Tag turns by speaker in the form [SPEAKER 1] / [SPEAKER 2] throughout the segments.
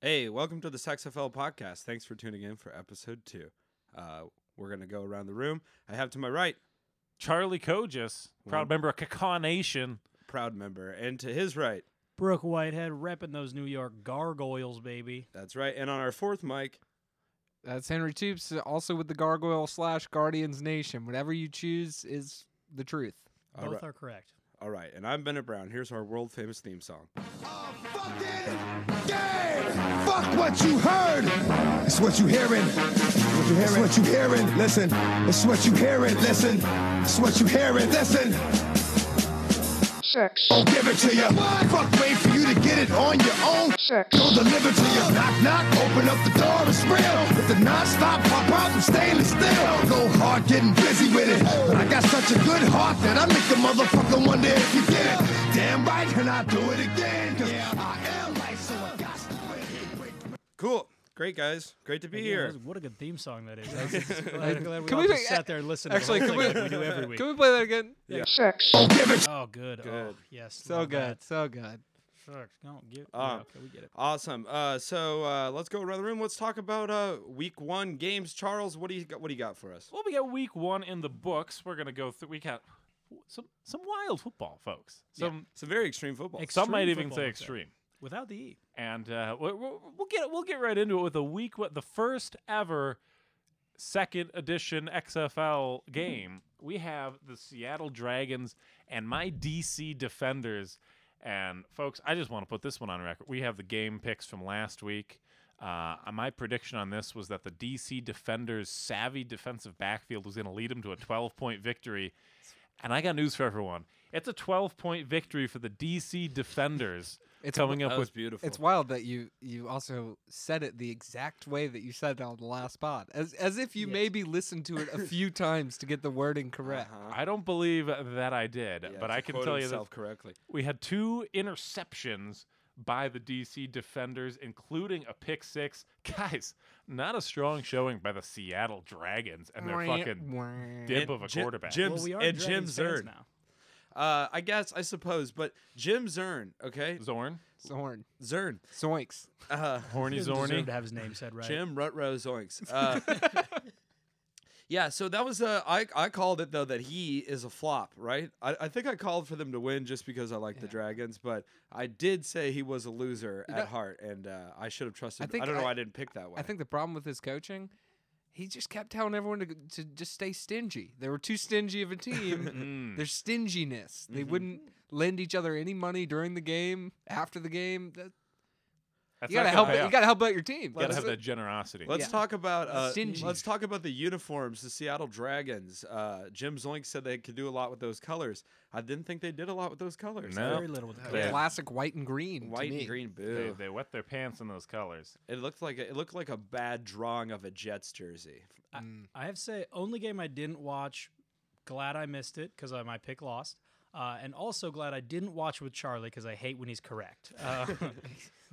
[SPEAKER 1] Hey, welcome to the SexFL podcast. Thanks for tuning in for episode two. Uh, we're going to go around the room. I have to my right,
[SPEAKER 2] Charlie Kojus, proud
[SPEAKER 3] Mm-hmm.
[SPEAKER 1] Mm.
[SPEAKER 2] member of Kaka Nation.
[SPEAKER 1] proud member, and to his right,
[SPEAKER 3] Brooke Whitehead repping those New York gargoyles, baby.
[SPEAKER 1] that's right, and on our fourth mic,
[SPEAKER 4] That's Henry Toops, uh, also with the Gargoyle slash Guardians Nation. Whatever you choose is the truth.
[SPEAKER 1] all
[SPEAKER 3] Both
[SPEAKER 1] right,
[SPEAKER 3] are correct.
[SPEAKER 1] all right, and I'm Bennett Brown. Here's our world famous theme song.
[SPEAKER 5] fucking game. Fuck what you heard. It's what you hearing. It's what you hearing. Listen. It's what you hearing. Listen. It's what you hearing. Listen.
[SPEAKER 6] Six.
[SPEAKER 5] I'll give it to you. Fuck wait for you to get it on your own.
[SPEAKER 6] Six.
[SPEAKER 5] I'll deliver to you. Knock knock. Open up the door. It's real. With the non-stop pop out from stainless steel. Go hard getting busy with it. But I got such a good heart that I make a motherfucker wonder if you get it. Damn right, and I do it again. Cause I am right, so I got to win.
[SPEAKER 1] Cool. Great, guys. Great to be
[SPEAKER 3] Again,
[SPEAKER 1] here.
[SPEAKER 3] that's- what a good theme song that is. I'm just glad, glad we
[SPEAKER 4] Can
[SPEAKER 3] all
[SPEAKER 4] we
[SPEAKER 3] just
[SPEAKER 4] make-
[SPEAKER 3] sat there and listened
[SPEAKER 4] actually,
[SPEAKER 3] to the
[SPEAKER 4] can
[SPEAKER 3] whole thing
[SPEAKER 4] we-
[SPEAKER 3] like we do every week.
[SPEAKER 4] Can we play that again?
[SPEAKER 6] Six.
[SPEAKER 5] I'll give it
[SPEAKER 3] Oh, good. Oh,
[SPEAKER 1] Good.
[SPEAKER 3] yes.
[SPEAKER 4] So
[SPEAKER 3] love
[SPEAKER 4] good, Ah.
[SPEAKER 3] that.
[SPEAKER 4] so good.
[SPEAKER 3] Shucks, Don't get.
[SPEAKER 1] Um,
[SPEAKER 3] yeah, okay, we get it.
[SPEAKER 1] Awesome. Uh, so uh, let's go around the room. Let's talk about uh, week one games. Charles, what do you got, what do you got for us?
[SPEAKER 2] Well, we got week one in the books. We're gonna go through. We got some some wild football, folks. Some
[SPEAKER 1] Some very extreme football.
[SPEAKER 3] Ex-
[SPEAKER 2] some might
[SPEAKER 3] Extreme
[SPEAKER 2] even
[SPEAKER 3] football,
[SPEAKER 2] say
[SPEAKER 3] okay.
[SPEAKER 2] extreme.
[SPEAKER 3] Without the E.
[SPEAKER 2] And uh, we'll, we'll we'll get we'll get right into it with a week what the first ever second edition XFL game. We have the Seattle Dragons and my DC Defenders. And folks, I just want to put this one on record. We have the game picks from last week. Uh, my prediction on this was that the DC Defenders' savvy defensive backfield was going to lead them to a 12 point victory. And I got news for everyone. It's a 12 point victory for the DC Defenders.
[SPEAKER 4] It's
[SPEAKER 2] coming up
[SPEAKER 1] that was
[SPEAKER 2] with
[SPEAKER 1] beautiful.
[SPEAKER 4] It's wild that you you also said it the exact way that you said it on the last spot, as as if you maybe listened to it a few times to get the wording correct.
[SPEAKER 2] I don't believe that I did, but I can tell you that
[SPEAKER 1] self correctly.
[SPEAKER 2] we had two interceptions by the DC defenders, including a pick six. Guys, not a strong showing by the Seattle Dragons and their fucking dip of a
[SPEAKER 1] Jim-
[SPEAKER 2] quarterback.
[SPEAKER 1] Jim's
[SPEAKER 3] Well, we are
[SPEAKER 1] and Jim
[SPEAKER 3] Dragons fans
[SPEAKER 1] Zern.
[SPEAKER 3] now.
[SPEAKER 1] Uh, I guess I suppose, but Jim Zern, okay,
[SPEAKER 2] Zorn,
[SPEAKER 4] Zorn,
[SPEAKER 1] Zern,
[SPEAKER 4] zoinks.
[SPEAKER 1] uh,
[SPEAKER 2] horny
[SPEAKER 3] He doesn't deserve
[SPEAKER 2] Zorny.
[SPEAKER 3] to have his name said right.
[SPEAKER 1] Jim Rutrow Zoinks. Uh, yeah, so that was uh, I I called it though that he is a flop, right? I, I think I called for them to win just because I like the Dragons, but I did say he was a loser at
[SPEAKER 4] know-
[SPEAKER 1] heart, and uh, I should have trusted.
[SPEAKER 4] I
[SPEAKER 1] I,
[SPEAKER 4] think
[SPEAKER 1] don't know.
[SPEAKER 4] I-
[SPEAKER 1] why I didn't pick that way.
[SPEAKER 4] I think the problem with his coaching, he just kept telling everyone to, to just stay stingy. They were too stingy of a team.
[SPEAKER 2] Mm.
[SPEAKER 4] Their stinginess.
[SPEAKER 2] Mm-hmm.
[SPEAKER 4] They wouldn't lend each other any money during the game, after the game. That,
[SPEAKER 2] That's
[SPEAKER 4] you gotta
[SPEAKER 2] not
[SPEAKER 4] help.
[SPEAKER 2] gonna pay
[SPEAKER 4] You
[SPEAKER 2] off.
[SPEAKER 4] gotta help out your team.
[SPEAKER 2] You gotta
[SPEAKER 4] That's
[SPEAKER 2] have
[SPEAKER 4] it.
[SPEAKER 2] that generosity.
[SPEAKER 1] Let's
[SPEAKER 4] Yeah.
[SPEAKER 1] talk about uh,
[SPEAKER 4] Stingy.
[SPEAKER 1] let's talk about the uniforms. The Seattle Dragons. Uh, Jim Zoink said they could do a lot with those colors. I didn't think they did a lot with those colors.
[SPEAKER 2] No.
[SPEAKER 3] Very little with the
[SPEAKER 2] Yeah.
[SPEAKER 3] color.
[SPEAKER 4] Classic white and green. to
[SPEAKER 1] White
[SPEAKER 4] me.
[SPEAKER 1] and green,
[SPEAKER 2] They,
[SPEAKER 1] boo.
[SPEAKER 2] they wet their pants in those colors.
[SPEAKER 1] It looked like a, it looked like a bad drawing of a Jets jersey.
[SPEAKER 3] I have to say, only game I didn't watch. Glad I missed it because my pick lost, uh, and also glad I didn't watch with Charlie because I hate when he's correct. Uh, very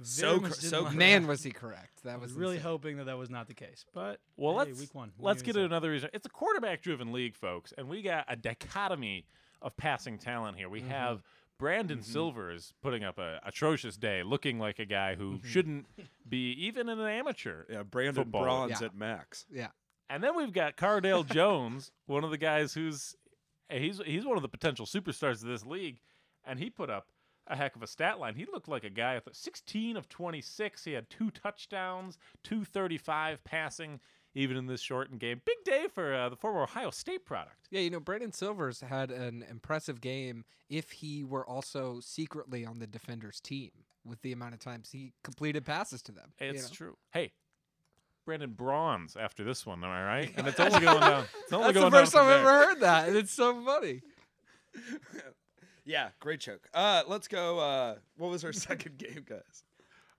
[SPEAKER 1] So
[SPEAKER 3] much
[SPEAKER 1] cor-
[SPEAKER 3] didn't
[SPEAKER 1] so
[SPEAKER 3] like-
[SPEAKER 4] Man, was he correct? That
[SPEAKER 3] I was
[SPEAKER 4] was
[SPEAKER 3] really
[SPEAKER 4] insane.
[SPEAKER 3] hoping that that was not the case, but
[SPEAKER 2] Well,
[SPEAKER 3] hey,
[SPEAKER 2] let's
[SPEAKER 3] week one. what
[SPEAKER 2] let's
[SPEAKER 3] do you
[SPEAKER 2] get to
[SPEAKER 3] say?
[SPEAKER 2] another reason. It's a quarterback-driven league, folks, and we got a dichotomy of passing talent here.
[SPEAKER 3] Mm-hmm.
[SPEAKER 2] We have Brandon Silvers putting up a atrocious day, looking like a guy who
[SPEAKER 3] Mm-hmm.
[SPEAKER 2] shouldn't be even in an amateur.
[SPEAKER 1] Yeah, Brandon
[SPEAKER 2] Football.
[SPEAKER 1] Bronze
[SPEAKER 4] Yeah.
[SPEAKER 1] at max.
[SPEAKER 4] Yeah.
[SPEAKER 2] And then we've got Cardale Jones, one of the guys who's he's he's one of the potential superstars of this league, and he put up a heck of a stat line. He looked like a guy with 16 of 26. He had two touchdowns, 235 passing, even in this shortened game. Big day for uh, the former Ohio State product.
[SPEAKER 4] Yeah, you know, Brandon Silvers had an impressive game if he were also secretly on the defender's team with the amount of times he completed passes to them. you
[SPEAKER 2] It's
[SPEAKER 4] know?
[SPEAKER 2] true. Hey, Brandon Bronze after this one, am I right? And it's only going down. It's only
[SPEAKER 4] That's the
[SPEAKER 2] going
[SPEAKER 4] first
[SPEAKER 2] down
[SPEAKER 4] time
[SPEAKER 2] from
[SPEAKER 4] I've ever
[SPEAKER 2] there.
[SPEAKER 4] heard that. And it's so funny.
[SPEAKER 1] Yeah, great joke. Uh, let's go. Uh, what was our second game, guys?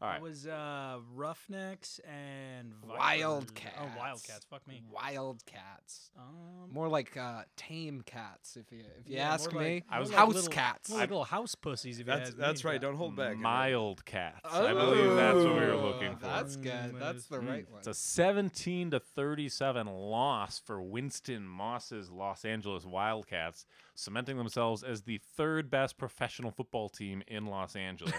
[SPEAKER 2] All
[SPEAKER 3] It
[SPEAKER 2] right.
[SPEAKER 3] was uh, Roughnecks and Vipers.
[SPEAKER 4] Wildcats.
[SPEAKER 3] Oh, Wildcats! Fuck me.
[SPEAKER 4] Wildcats.
[SPEAKER 3] Um,
[SPEAKER 4] More like uh, tame cats, if you if you
[SPEAKER 3] yeah, more
[SPEAKER 4] ask
[SPEAKER 3] like-
[SPEAKER 4] me.
[SPEAKER 2] I was-
[SPEAKER 3] more like
[SPEAKER 4] house
[SPEAKER 3] little-
[SPEAKER 4] cats.
[SPEAKER 3] more like little house pussies. If
[SPEAKER 1] That's
[SPEAKER 3] you ask
[SPEAKER 1] that's
[SPEAKER 3] me.
[SPEAKER 1] right. Don't hold back. everyone.
[SPEAKER 2] Mild cats. I believe that's what we were
[SPEAKER 4] Oh,
[SPEAKER 2] looking for.
[SPEAKER 4] That's
[SPEAKER 3] Mm,
[SPEAKER 4] good. That's the
[SPEAKER 3] mm.
[SPEAKER 4] right one.
[SPEAKER 2] It's a 17 to 37 loss for Winston Moss's Los Angeles Wildcats, cementing themselves as the third best professional football team in Los Angeles.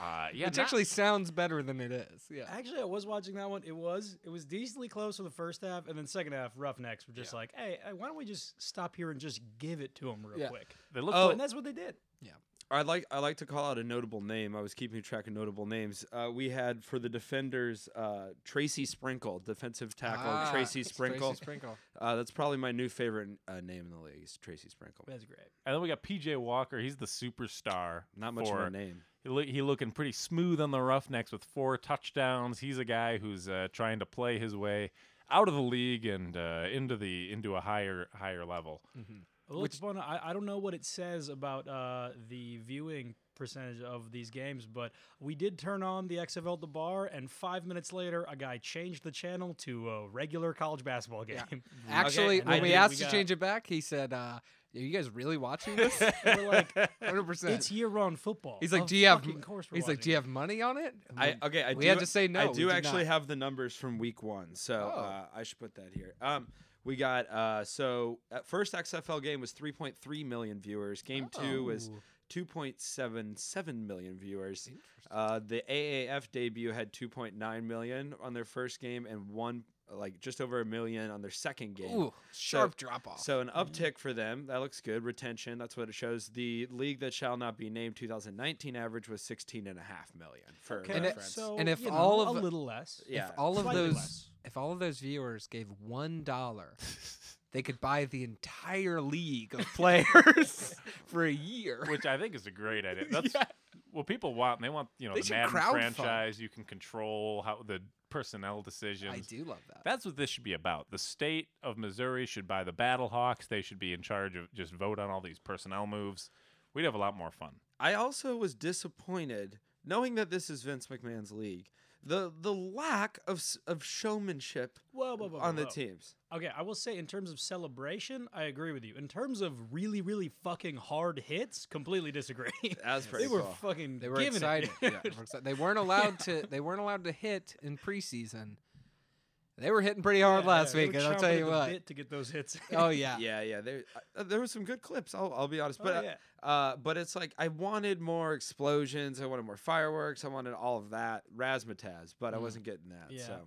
[SPEAKER 2] Uh, yeah,
[SPEAKER 4] Which
[SPEAKER 2] not-
[SPEAKER 4] actually sounds better than it is. Yeah.
[SPEAKER 3] Actually, I was watching that one. It was it was decently close for the first half, and then second half, Roughnecks were just like, "Hey, uh, why don't we just stop here and just give it to them real
[SPEAKER 4] Yeah.
[SPEAKER 3] quick?"
[SPEAKER 2] they look.
[SPEAKER 1] Oh.
[SPEAKER 2] like-
[SPEAKER 3] And that's what they did.
[SPEAKER 1] I like I like to call out a notable name. I was keeping track of notable names. Uh, we had for the defenders uh, Tracy Sprinkle, defensive tackle
[SPEAKER 4] Ah,
[SPEAKER 1] Tracy
[SPEAKER 4] it's
[SPEAKER 1] Sprinkle.
[SPEAKER 4] Tracy Sprinkle.
[SPEAKER 1] Uh, that's probably my new favorite uh, name in the league. Is Tracy Sprinkle.
[SPEAKER 3] That's great.
[SPEAKER 2] and then we got PJ Walker. He's the superstar.
[SPEAKER 1] Not much
[SPEAKER 2] for,
[SPEAKER 1] of a name.
[SPEAKER 2] He, look, he looking pretty smooth on the Roughnecks with four touchdowns. He's a guy who's uh, trying to play his way out of the league and uh, into the into a higher higher level.
[SPEAKER 3] I looked upon- I, I don't know what it says about uh, the viewing percentage of these games, but we did turn on the XFL at the bar, and five minutes later, a guy changed the channel to a regular college basketball game.
[SPEAKER 4] Actually,
[SPEAKER 3] and
[SPEAKER 4] when
[SPEAKER 3] I
[SPEAKER 4] we
[SPEAKER 3] did-
[SPEAKER 4] asked
[SPEAKER 3] we
[SPEAKER 4] to
[SPEAKER 3] got-
[SPEAKER 4] change it back, he said, uh, "Are you guys really watching this?" We're like, "100."
[SPEAKER 3] It's
[SPEAKER 4] percent
[SPEAKER 3] year-round football.
[SPEAKER 4] He's like,
[SPEAKER 3] Of
[SPEAKER 4] "Do you have?"
[SPEAKER 3] fucking course we're
[SPEAKER 4] He's like,
[SPEAKER 3] watching
[SPEAKER 4] "Do you
[SPEAKER 3] it."
[SPEAKER 4] have money on it?" And
[SPEAKER 1] I
[SPEAKER 4] then
[SPEAKER 1] okay. I
[SPEAKER 4] we
[SPEAKER 1] do,
[SPEAKER 4] had to say no.
[SPEAKER 1] I
[SPEAKER 4] we
[SPEAKER 1] do
[SPEAKER 4] did
[SPEAKER 1] actually
[SPEAKER 4] not. Oh.
[SPEAKER 1] have the numbers from week one, so uh, I should put that here. Um, we got uh, so at first XFL game was 3.3 million viewers. Game two was
[SPEAKER 4] Oh.
[SPEAKER 1] 2.77 million viewers. Uh, the AAF debut had 2.9 million on their first game and one like just over a million on their second game.
[SPEAKER 4] Ooh, sharp drop off.
[SPEAKER 1] uh, So an uptick for them. That looks good. Retention, that's what it shows. The league that shall not be named 2019 average was 16 and a half million for
[SPEAKER 3] Okay,
[SPEAKER 4] And it-
[SPEAKER 1] reference.
[SPEAKER 3] so,
[SPEAKER 4] and if
[SPEAKER 3] you know,
[SPEAKER 4] all of-
[SPEAKER 3] a little less,
[SPEAKER 1] yeah.
[SPEAKER 4] if all of
[SPEAKER 3] Slightly
[SPEAKER 4] those
[SPEAKER 3] less.
[SPEAKER 4] if all of those viewers gave one dollar, they could buy the entire league of players for a year.
[SPEAKER 2] which I think is a great idea. That's what people want. and They want you know
[SPEAKER 4] They
[SPEAKER 2] the
[SPEAKER 4] should
[SPEAKER 2] Madden
[SPEAKER 4] crowdfund.
[SPEAKER 2] franchise. You can control how the personnel decisions.
[SPEAKER 4] I do love that.
[SPEAKER 2] That's what this should be about. The state of Missouri should buy the Battle Hawks. They should be in charge of just vote on all these personnel moves. We'd have a lot more fun.
[SPEAKER 1] I also was disappointed knowing that this is Vince McMahon's league. The the lack of s- of showmanship
[SPEAKER 3] Whoa, whoa, whoa,
[SPEAKER 1] on the
[SPEAKER 3] whoa.
[SPEAKER 1] teams.
[SPEAKER 3] Okay, I will say in terms of celebration, I agree with you. In terms of really, really fucking hard hits, completely disagree.
[SPEAKER 1] That's
[SPEAKER 3] they
[SPEAKER 1] pretty
[SPEAKER 3] were
[SPEAKER 1] cool.
[SPEAKER 3] fucking.
[SPEAKER 4] They were
[SPEAKER 3] giving
[SPEAKER 4] excited.
[SPEAKER 3] It.
[SPEAKER 4] Yeah, they were exci- They weren't allowed to. They weren't allowed to hit in preseason. They were hitting pretty hard
[SPEAKER 3] Yeah,
[SPEAKER 4] last
[SPEAKER 3] they
[SPEAKER 4] week,
[SPEAKER 3] were
[SPEAKER 4] and I'll
[SPEAKER 3] chomping
[SPEAKER 4] tell
[SPEAKER 3] at
[SPEAKER 4] you
[SPEAKER 3] the
[SPEAKER 4] what.
[SPEAKER 3] bit to get those hits.
[SPEAKER 4] Oh yeah.
[SPEAKER 1] yeah, yeah. There, uh, there were some good clips. I'll, I'll be honest,
[SPEAKER 3] Oh,
[SPEAKER 1] but uh,
[SPEAKER 3] yeah.
[SPEAKER 1] uh, but it's like I wanted more explosions. I wanted more fireworks. I wanted all of that razzmatazz, but I wasn't getting that.
[SPEAKER 3] Mm. Yeah.
[SPEAKER 1] So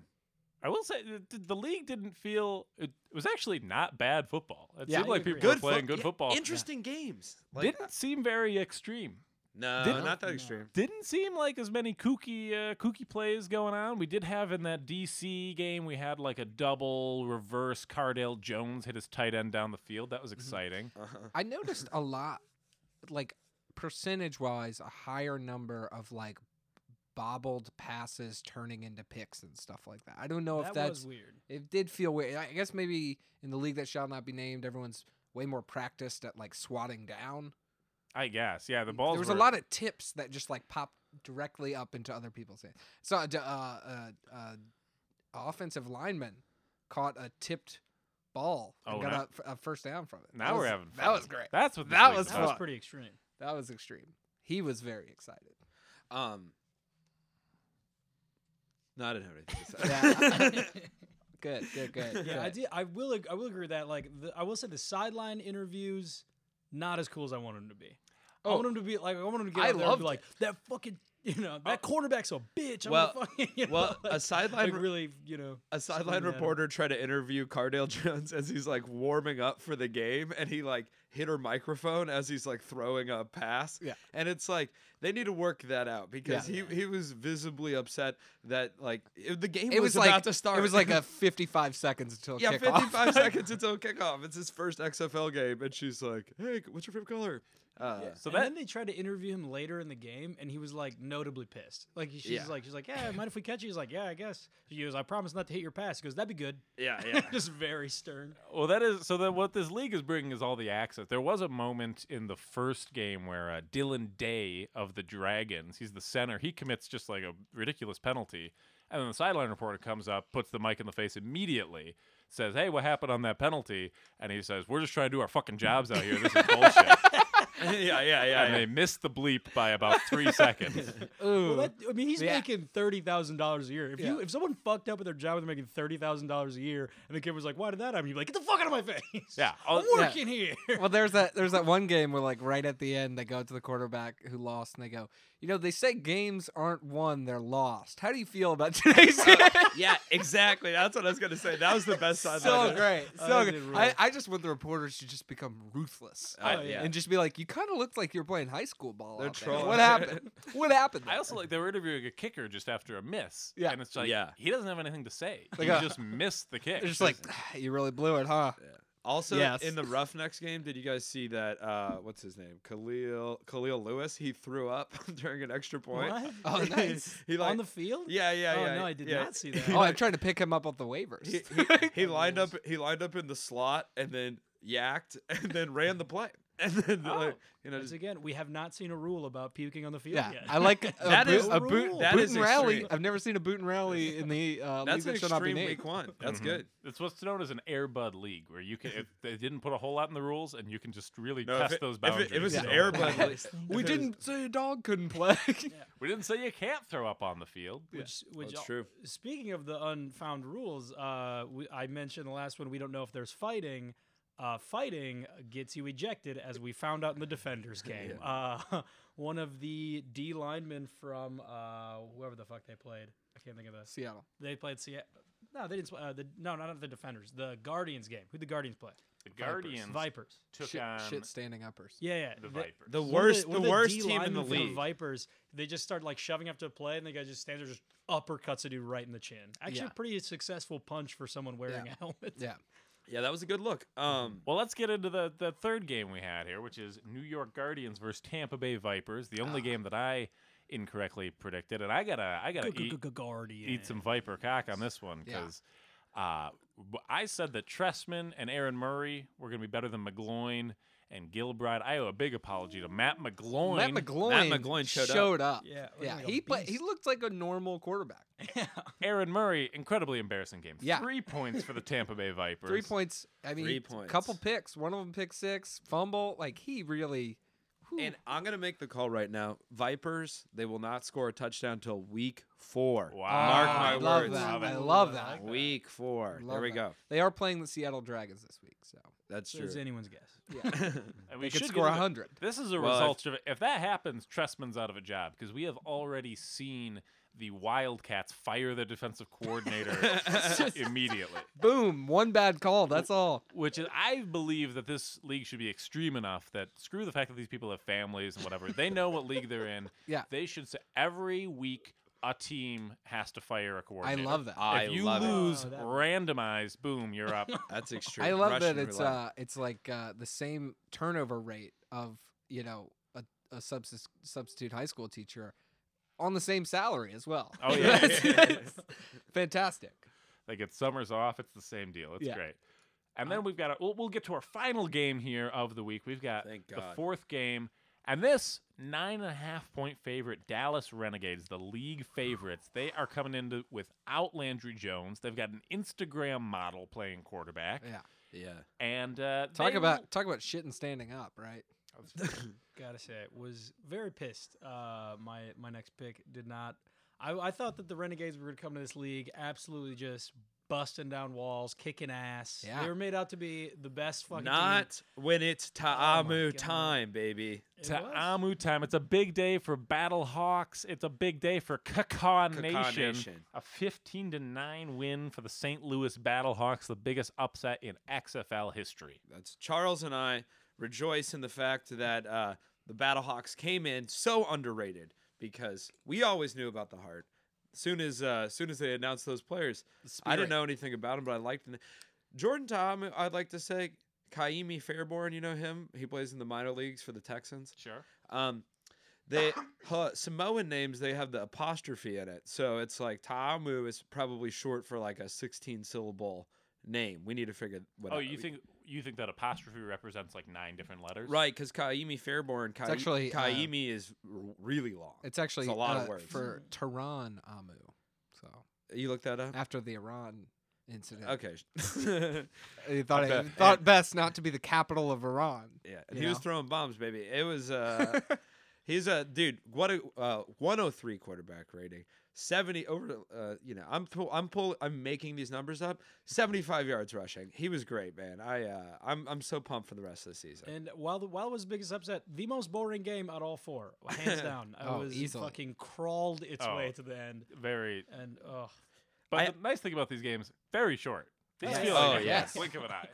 [SPEAKER 2] I will say the, the- the league didn't feel it, it was actually not bad football. It
[SPEAKER 4] Yeah,
[SPEAKER 2] seemed
[SPEAKER 4] I
[SPEAKER 2] like
[SPEAKER 3] agree.
[SPEAKER 2] people were
[SPEAKER 1] good,
[SPEAKER 2] playing
[SPEAKER 1] fo-
[SPEAKER 2] good
[SPEAKER 1] yeah,
[SPEAKER 2] football.
[SPEAKER 1] Interesting games. Like, uh,
[SPEAKER 2] Didn't seem very extreme.
[SPEAKER 1] no,
[SPEAKER 2] didn't-
[SPEAKER 1] not that extreme.
[SPEAKER 2] Didn't seem like as many kooky uh, kooky plays going on. We did have in that DC game. We had like a double reverse. Cardale Jones hit his tight end down the field. That
[SPEAKER 4] Mm-hmm.
[SPEAKER 2] was exciting.
[SPEAKER 1] Uh-huh.
[SPEAKER 4] I noticed a lot, like percentage wise, a higher number of like bobbled passes turning into picks and stuff like that. I don't know oh, if
[SPEAKER 3] that
[SPEAKER 4] that's
[SPEAKER 3] was weird.
[SPEAKER 4] it did feel weird. I guess maybe in the league that shall not be named, everyone's way more practiced at like swatting down.
[SPEAKER 2] I guess. Yeah, the balls.
[SPEAKER 4] there was
[SPEAKER 2] were,
[SPEAKER 4] a lot of tips that just like popped directly up into other people's hands. So uh, d- uh, uh, uh, offensive lineman caught a tipped ball and
[SPEAKER 2] Oh,
[SPEAKER 4] got
[SPEAKER 2] now-
[SPEAKER 4] a f- a, first down from it.
[SPEAKER 2] Now
[SPEAKER 4] That
[SPEAKER 2] we're
[SPEAKER 4] was-
[SPEAKER 2] having fun.
[SPEAKER 4] That was great.
[SPEAKER 2] That's what this
[SPEAKER 4] That
[SPEAKER 2] league's
[SPEAKER 4] was
[SPEAKER 3] That
[SPEAKER 2] about.
[SPEAKER 3] was
[SPEAKER 4] fun.
[SPEAKER 3] pretty extreme.
[SPEAKER 4] That was extreme. He was very excited.
[SPEAKER 1] Um, no, I didn't have anything to say.
[SPEAKER 4] Yeah. good, good, good.
[SPEAKER 3] Yeah, I
[SPEAKER 4] good.
[SPEAKER 3] did. I will. ag- I will agree with that. Like, the, I will say the sideline interviews, not as cool as I want them to be. I want them to be like. I want them to get
[SPEAKER 4] Oh. I
[SPEAKER 3] out there and
[SPEAKER 4] loved
[SPEAKER 3] be
[SPEAKER 4] it. Oh.
[SPEAKER 3] like that fucking. You know that quarterback's a bitch. I'm
[SPEAKER 1] Well-
[SPEAKER 3] a fucking, you know,
[SPEAKER 1] well, a
[SPEAKER 3] like-
[SPEAKER 1] sideline
[SPEAKER 3] like
[SPEAKER 1] re-
[SPEAKER 3] really. You know,
[SPEAKER 1] a sideline
[SPEAKER 3] screaming at him.
[SPEAKER 1] reporter tried to interview Cardale Jones as he's like warming up for the game, and he like hit her microphone as he's like throwing a pass.
[SPEAKER 4] Yeah.
[SPEAKER 1] and it's like they need to work that out because
[SPEAKER 4] Yeah.
[SPEAKER 1] he he was visibly upset that like it- the game
[SPEAKER 4] It was,
[SPEAKER 1] was,
[SPEAKER 4] like
[SPEAKER 1] about to start.
[SPEAKER 4] It was like a 55 seconds until
[SPEAKER 1] yeah,
[SPEAKER 4] kickoff.
[SPEAKER 1] fifty five seconds until kickoff. It's his first XFL game, and she's like, "Hey, what's your favorite color?" Uh,
[SPEAKER 3] So and then they tried to interview him later in the game, and he was like notably pissed. Like he- she's
[SPEAKER 1] Yeah.
[SPEAKER 3] like she's like, yeah, mind if we catch you? He's like, yeah, I guess. She goes, I promise not to hit your pass. He goes, that'd be good.
[SPEAKER 1] yeah, yeah.
[SPEAKER 3] Just very stern.
[SPEAKER 2] Well, that is so. That what this league is bringing is all the access. There was a moment in the first game where uh, Dylan Day of the Dragons, he's the center, he commits just like a ridiculous penalty, and then the sideline reporter comes up, puts the mic in the face immediately, says, "Hey, what happened on that penalty?" And he says, "We're just trying to do our fucking jobs out here. This is bullshit."
[SPEAKER 1] yeah, yeah,
[SPEAKER 2] and they missed the bleep by about three seconds.
[SPEAKER 4] Ooh.
[SPEAKER 3] Well, that, I mean, he's
[SPEAKER 4] Yeah.
[SPEAKER 3] making thirty thousand dollars a year. If you
[SPEAKER 4] Yeah.
[SPEAKER 3] if someone fucked up at their job and they're making thirty thousand dollars a year, and the kid was like, "Why did that happen?" You'd be like, "Get the fuck out of my face!"
[SPEAKER 2] Yeah. Oh,
[SPEAKER 3] I'm
[SPEAKER 4] yeah.
[SPEAKER 3] working here.
[SPEAKER 4] well, there's that there's that one game where like right at the end they go to the quarterback who lost and they go, you know, they say games aren't won, they're lost. How do you feel about today's game?
[SPEAKER 1] yeah, exactly. That's what I was gonna say. That was the best side.
[SPEAKER 4] so great,
[SPEAKER 3] Oh,
[SPEAKER 4] so
[SPEAKER 3] that
[SPEAKER 4] good.
[SPEAKER 3] did rule.
[SPEAKER 4] I, I just want the reporters to just become ruthless
[SPEAKER 1] I,
[SPEAKER 3] Oh,
[SPEAKER 1] yeah.
[SPEAKER 4] and just be like, you kind of looked like you were playing high school ball.
[SPEAKER 1] They're
[SPEAKER 4] out there.
[SPEAKER 1] trolling.
[SPEAKER 4] What happened? What happened?
[SPEAKER 2] I also like they were interviewing a kicker just after a miss.
[SPEAKER 4] Yeah.
[SPEAKER 2] And it's like
[SPEAKER 1] Yeah.
[SPEAKER 2] he doesn't have anything to say.
[SPEAKER 4] Like
[SPEAKER 2] he
[SPEAKER 4] a-
[SPEAKER 2] just missed the kick.
[SPEAKER 4] They're just like, "Ah, you really blew it, huh?
[SPEAKER 1] Also,
[SPEAKER 4] Yes.
[SPEAKER 1] in the Roughnecks game, did you guys see that? Uh, what's his name? Khalil Khalil Lewis. He threw up during an extra point.
[SPEAKER 3] What?
[SPEAKER 4] Oh, nice.
[SPEAKER 1] He like,
[SPEAKER 3] On the field?
[SPEAKER 1] yeah, yeah,
[SPEAKER 3] Oh
[SPEAKER 1] yeah.
[SPEAKER 3] no, I did
[SPEAKER 1] yeah.
[SPEAKER 3] not see that. Oh,
[SPEAKER 4] Oh, I'm trying to pick him up off the waivers.
[SPEAKER 1] He, he, he lined up. He lined up in the slot and then yacked and then ran the play. And then
[SPEAKER 3] Oh,
[SPEAKER 1] like, you know,
[SPEAKER 3] Once
[SPEAKER 1] just,
[SPEAKER 3] again, we have not seen a rule about puking on the field
[SPEAKER 4] yeah,
[SPEAKER 3] yet.
[SPEAKER 4] I like a
[SPEAKER 1] That
[SPEAKER 4] boot,
[SPEAKER 1] is-
[SPEAKER 4] a boot,
[SPEAKER 3] that
[SPEAKER 4] boot
[SPEAKER 1] is
[SPEAKER 4] and rally.
[SPEAKER 1] extreme.
[SPEAKER 4] I've never seen a boot and rally in the uh,
[SPEAKER 1] that's an
[SPEAKER 4] league that should not be
[SPEAKER 1] extreme
[SPEAKER 4] named.
[SPEAKER 1] week one. That's good.
[SPEAKER 2] It's what's known as an airbud league, where you can if they didn't put a whole lot in the rules, and you can just really
[SPEAKER 1] No, if
[SPEAKER 2] test
[SPEAKER 1] it-
[SPEAKER 2] those
[SPEAKER 1] if it-
[SPEAKER 2] boundaries.
[SPEAKER 1] if it was an
[SPEAKER 2] so-
[SPEAKER 1] airbud league-
[SPEAKER 4] We
[SPEAKER 1] if it was-
[SPEAKER 4] didn't say a dog couldn't play.
[SPEAKER 2] we didn't say you can't throw up on the field.
[SPEAKER 3] Which, which
[SPEAKER 1] That's
[SPEAKER 3] al-
[SPEAKER 1] true.
[SPEAKER 3] Speaking of the unfound rules, uh, we, I mentioned the last one. We don't know if there's fighting. Uh, fighting gets you ejected, as we found out in the defenders game. uh, one of the D linemen from uh, whoever the fuck they played. I can't think of this.
[SPEAKER 4] Seattle.
[SPEAKER 3] They played Seattle. No, they didn't. sw- Uh, the, no, not the defenders. The Guardians game. Who the Guardians play?
[SPEAKER 2] The Guardians
[SPEAKER 3] Vipers.
[SPEAKER 2] took
[SPEAKER 4] Shit,
[SPEAKER 2] on
[SPEAKER 4] shit standing uppers.
[SPEAKER 3] Yeah, yeah.
[SPEAKER 2] the
[SPEAKER 3] they-
[SPEAKER 2] Vipers.
[SPEAKER 1] The
[SPEAKER 3] one of
[SPEAKER 1] worst,
[SPEAKER 3] one
[SPEAKER 1] the,
[SPEAKER 3] of
[SPEAKER 1] worst
[SPEAKER 3] D
[SPEAKER 1] team in the
[SPEAKER 3] linemen for
[SPEAKER 1] league.
[SPEAKER 3] Vipers. They just start like shoving up to the play, and the guy just stands there, just uppercuts a dude right in the chin. Actually,
[SPEAKER 4] Yeah.
[SPEAKER 3] a pretty successful punch for someone wearing
[SPEAKER 4] Yeah.
[SPEAKER 3] a helmet.
[SPEAKER 4] Yeah.
[SPEAKER 1] Yeah, that was a good look. Um,
[SPEAKER 2] well, let's get into the, the third game we had here, which is New York Guardians versus Tampa Bay Vipers. The only game that I incorrectly predicted, and I gotta I gotta eat,
[SPEAKER 3] Guardian.
[SPEAKER 2] eat some Viper cock on this one
[SPEAKER 4] Yeah.
[SPEAKER 2] because uh, w- I said that Tressman and Aaron Murray were going to be better than McGloin and Gilbride. I owe a big apology to Matt McGloin.
[SPEAKER 4] Matt McGloin,
[SPEAKER 1] McGloin showed up.
[SPEAKER 4] up.
[SPEAKER 3] Yeah, looking
[SPEAKER 4] yeah.
[SPEAKER 3] like a
[SPEAKER 4] he play, he
[SPEAKER 3] beast.
[SPEAKER 4] looked like a normal quarterback.
[SPEAKER 2] Aaron Murray, incredibly embarrassing game.
[SPEAKER 4] Yeah.
[SPEAKER 2] Three points for the Tampa Bay Vipers.
[SPEAKER 4] Three points. I mean,
[SPEAKER 1] Three
[SPEAKER 4] a
[SPEAKER 1] points.
[SPEAKER 4] couple picks. One of them pick six, fumble. Like he really. whew.
[SPEAKER 1] and I'm gonna make the call right now. Vipers, they will not score a touchdown till week four.
[SPEAKER 2] Wow.
[SPEAKER 1] Mark
[SPEAKER 4] Ah,
[SPEAKER 1] my
[SPEAKER 4] I love
[SPEAKER 1] words.
[SPEAKER 4] That.
[SPEAKER 2] Love
[SPEAKER 4] I
[SPEAKER 2] it.
[SPEAKER 4] love
[SPEAKER 3] I
[SPEAKER 4] that.
[SPEAKER 3] like
[SPEAKER 1] Week four.
[SPEAKER 4] Love
[SPEAKER 1] there we
[SPEAKER 4] that.
[SPEAKER 1] go.
[SPEAKER 4] They are playing the Seattle Dragons this week, so
[SPEAKER 1] That's
[SPEAKER 3] It's
[SPEAKER 1] true.
[SPEAKER 3] anyone's guess.
[SPEAKER 2] And we
[SPEAKER 4] they could
[SPEAKER 2] should
[SPEAKER 4] score
[SPEAKER 2] get into-
[SPEAKER 4] hundred.
[SPEAKER 2] This is a
[SPEAKER 1] Well, if-
[SPEAKER 2] result of if that happens, Tressman's out of a job because we have already seen the Wildcats fire their defensive coordinator immediately.
[SPEAKER 4] Boom! One bad call. That's all.
[SPEAKER 2] Which is, I believe that this league should be extreme enough that screw the fact that these people have families and whatever. They know what league they're in.
[SPEAKER 4] Yeah.
[SPEAKER 2] They should say every week a team has to fire a
[SPEAKER 4] I
[SPEAKER 2] coordinator.
[SPEAKER 4] love that.
[SPEAKER 2] If
[SPEAKER 1] I
[SPEAKER 2] you
[SPEAKER 1] love it.
[SPEAKER 2] lose
[SPEAKER 3] Oh, that-
[SPEAKER 2] randomized, boom, you're up.
[SPEAKER 1] That's extreme.
[SPEAKER 4] I love
[SPEAKER 1] Russian
[SPEAKER 4] that it's
[SPEAKER 1] roulette.
[SPEAKER 4] uh it's like uh the same turnover rate of you know a, a subsist- substitute high school teacher on the same salary as well.
[SPEAKER 2] Oh, yeah.
[SPEAKER 4] That's- it's fantastic.
[SPEAKER 2] They get summers off. It's the same deal. It's
[SPEAKER 4] Yeah. Uh,
[SPEAKER 2] great. And then we've got our, we'll, we'll get to our final game here of the week. We've got
[SPEAKER 1] Thank
[SPEAKER 2] the
[SPEAKER 1] God.
[SPEAKER 2] fourth game, and this nine and a half point favorite Dallas Renegades, the league favorites. They are coming into without Landry Jones. They've got an Instagram model playing quarterback,
[SPEAKER 4] Yeah,
[SPEAKER 1] yeah.
[SPEAKER 2] and uh,
[SPEAKER 4] talk
[SPEAKER 2] they
[SPEAKER 4] about talk about shit and standing up, right?
[SPEAKER 3] Gotta say, I was very pissed. Uh, my my next pick did not. I, I thought that the Renegades were gonna come to this league absolutely just busting down walls, kicking ass.
[SPEAKER 4] Yeah.
[SPEAKER 3] They were made out to be the best fucking team.
[SPEAKER 1] Not when it's
[SPEAKER 4] Oh
[SPEAKER 1] Ta'amu
[SPEAKER 3] God.
[SPEAKER 1] time, baby.
[SPEAKER 3] It
[SPEAKER 2] To
[SPEAKER 3] was.
[SPEAKER 2] Amu time. It's a big day for Battle Hawks. It's a big day for Kakan
[SPEAKER 1] Kaká
[SPEAKER 2] Nation.
[SPEAKER 1] Nation.
[SPEAKER 2] A 15 to 9 win for the St. Louis Battle Hawks, the biggest upset in XFL history.
[SPEAKER 1] That's Charles and I rejoice in the fact that uh, the Battlehawks came in so underrated because we always knew about the heart. Soon as uh, soon as they announced those players, I
[SPEAKER 4] Spirit.
[SPEAKER 1] didn't know anything about him, but I liked him. Jordan Tom, I'd like to say, Kaimi Fairborn, you know him. He plays in the minor leagues for the Texans.
[SPEAKER 2] Sure.
[SPEAKER 1] Um, they huh, Samoan names they have the apostrophe in it, so it's like Ta'amu is probably short for like a sixteen syllable name. We need to figure what.
[SPEAKER 2] Oh,
[SPEAKER 1] out.
[SPEAKER 2] you think you think that apostrophe represents like nine different letters?
[SPEAKER 1] right? Because Kaimi Fairborn, Kai,
[SPEAKER 4] actually, uh,
[SPEAKER 1] Kaimi is r- really long.
[SPEAKER 4] It's actually uh,
[SPEAKER 1] a
[SPEAKER 4] incident.
[SPEAKER 1] Okay.
[SPEAKER 4] He thought,
[SPEAKER 1] Okay.
[SPEAKER 4] it, thought best not to be the capital of Iran.
[SPEAKER 1] Yeah,
[SPEAKER 4] you
[SPEAKER 1] and he was
[SPEAKER 4] know?
[SPEAKER 1] throwing bombs, baby. It was uh he's a dude, what a uh 103 quarterback rating. 70 over uh you know, I'm pull, I'm pull, I'm making these numbers up. 75 yards rushing. He was great, man. I uh I'm I'm so pumped for the rest of the season.
[SPEAKER 3] And while the, while it was the biggest upset, the most boring game out of all four, hands down. I
[SPEAKER 4] Oh,
[SPEAKER 3] was
[SPEAKER 4] easily.
[SPEAKER 3] fucking crawled its
[SPEAKER 2] Oh.
[SPEAKER 3] way to the end,
[SPEAKER 2] Very.
[SPEAKER 3] and oh,
[SPEAKER 2] But
[SPEAKER 1] I-
[SPEAKER 2] the nice thing about these games, very short. These
[SPEAKER 3] Yes.
[SPEAKER 2] feel
[SPEAKER 1] Oh,
[SPEAKER 2] like a
[SPEAKER 4] yes.
[SPEAKER 2] blink of an eye.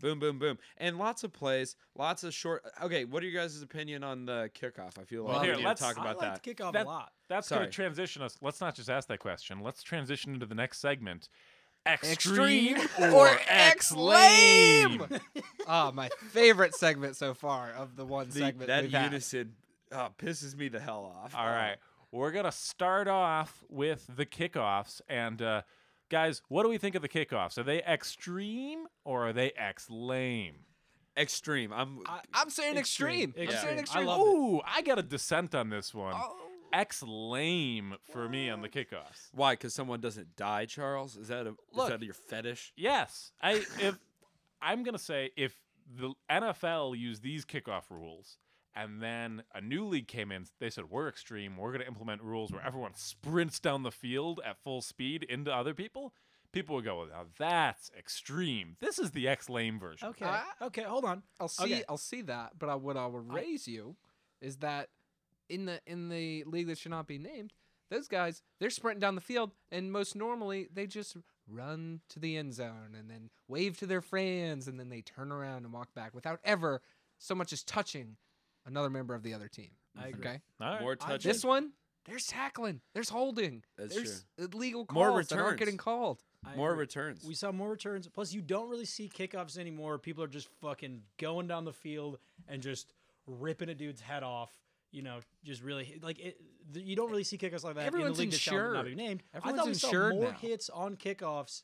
[SPEAKER 1] boom boom boom. And lots of plays, lots of short Okay, what are your guys' opinion on the kickoff? I feel like
[SPEAKER 4] Well,
[SPEAKER 1] we
[SPEAKER 4] here,
[SPEAKER 1] need to
[SPEAKER 2] let's-
[SPEAKER 1] talk about
[SPEAKER 3] I liked
[SPEAKER 1] that.
[SPEAKER 3] kickoff
[SPEAKER 2] That-
[SPEAKER 3] a lot.
[SPEAKER 2] That's going
[SPEAKER 1] Sorry.
[SPEAKER 2] to transition us. Let's not just ask that question. Let's transition into the next segment.
[SPEAKER 4] Extreme
[SPEAKER 2] Extreme
[SPEAKER 4] or
[SPEAKER 2] or X
[SPEAKER 4] X-lame.
[SPEAKER 2] lame.
[SPEAKER 4] Ah, my favorite segment so far of the one
[SPEAKER 1] The-
[SPEAKER 4] segment
[SPEAKER 1] that
[SPEAKER 4] we've had.
[SPEAKER 1] unison uh, pisses me the hell off. Oh.
[SPEAKER 2] All right. We're going to start off with the kickoffs. And, uh, guys, what do we think of the kickoffs? Are they extreme or are they X lame?
[SPEAKER 1] Extreme. I'm
[SPEAKER 4] I'm saying extreme. I'm saying
[SPEAKER 3] Extreme.
[SPEAKER 4] extreme.
[SPEAKER 3] I love it.
[SPEAKER 2] Ooh, I got a dissent on this one. X lame for me on the kickoffs.
[SPEAKER 1] Why? Because someone doesn't die, Charles? Is that a
[SPEAKER 2] Look.
[SPEAKER 1] is that your fetish?
[SPEAKER 2] Yes, I if I'm gonna say if the NFL used these kickoff rules and then a new league came in, they said we're extreme. We're gonna implement rules where everyone sprints down the field at full speed into other people. People would go, well, now that's extreme. This is the X lame version.
[SPEAKER 3] Okay,
[SPEAKER 4] Ah.
[SPEAKER 3] okay, hold on.
[SPEAKER 4] I'll see.
[SPEAKER 3] Okay.
[SPEAKER 4] I'll see that. But I, what I will raise you is that in the in the league that should not be named, those guys they're sprinting down the field, and most normally they just run to the end zone and then wave to their friends, and then they turn around and walk back without ever so much as touching another member of the other team.
[SPEAKER 3] I agree.
[SPEAKER 4] Okay,
[SPEAKER 2] All right.
[SPEAKER 1] More
[SPEAKER 3] I-
[SPEAKER 1] touches.
[SPEAKER 4] this one there's tackling, there's holding,
[SPEAKER 1] That's
[SPEAKER 4] there's illegal
[SPEAKER 1] More
[SPEAKER 4] calls that aren't
[SPEAKER 1] returns.
[SPEAKER 4] getting called.
[SPEAKER 3] I
[SPEAKER 1] more
[SPEAKER 3] agree.
[SPEAKER 1] returns.
[SPEAKER 3] We saw more returns. Plus, you don't really see kickoffs anymore. People are just fucking going down the field and just ripping a dude's head off. You know, just really like it, th- you don't really see kickoffs like that
[SPEAKER 4] Everyone's
[SPEAKER 3] in the league that shall not be
[SPEAKER 4] insured.
[SPEAKER 3] named. I
[SPEAKER 4] Everyone's
[SPEAKER 3] thought we
[SPEAKER 4] insured
[SPEAKER 3] saw more
[SPEAKER 4] now.
[SPEAKER 3] hits on kickoffs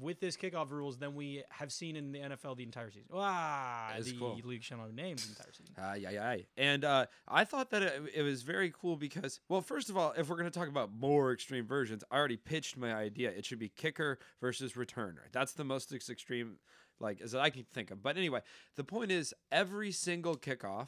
[SPEAKER 3] with this kickoff rules than we have seen in the NFL the entire season. Ah,
[SPEAKER 1] That is
[SPEAKER 3] the
[SPEAKER 1] cool.
[SPEAKER 3] league shall not be named the entire season.
[SPEAKER 1] Aye, aye, aye. And uh, I thought that it, it was very cool because, well, first of all, if we're going to talk about more extreme versions, I already pitched my idea. It should be kicker versus returner. That's the most ex- extreme, like, as I can think of. But anyway, the point is every single kickoff,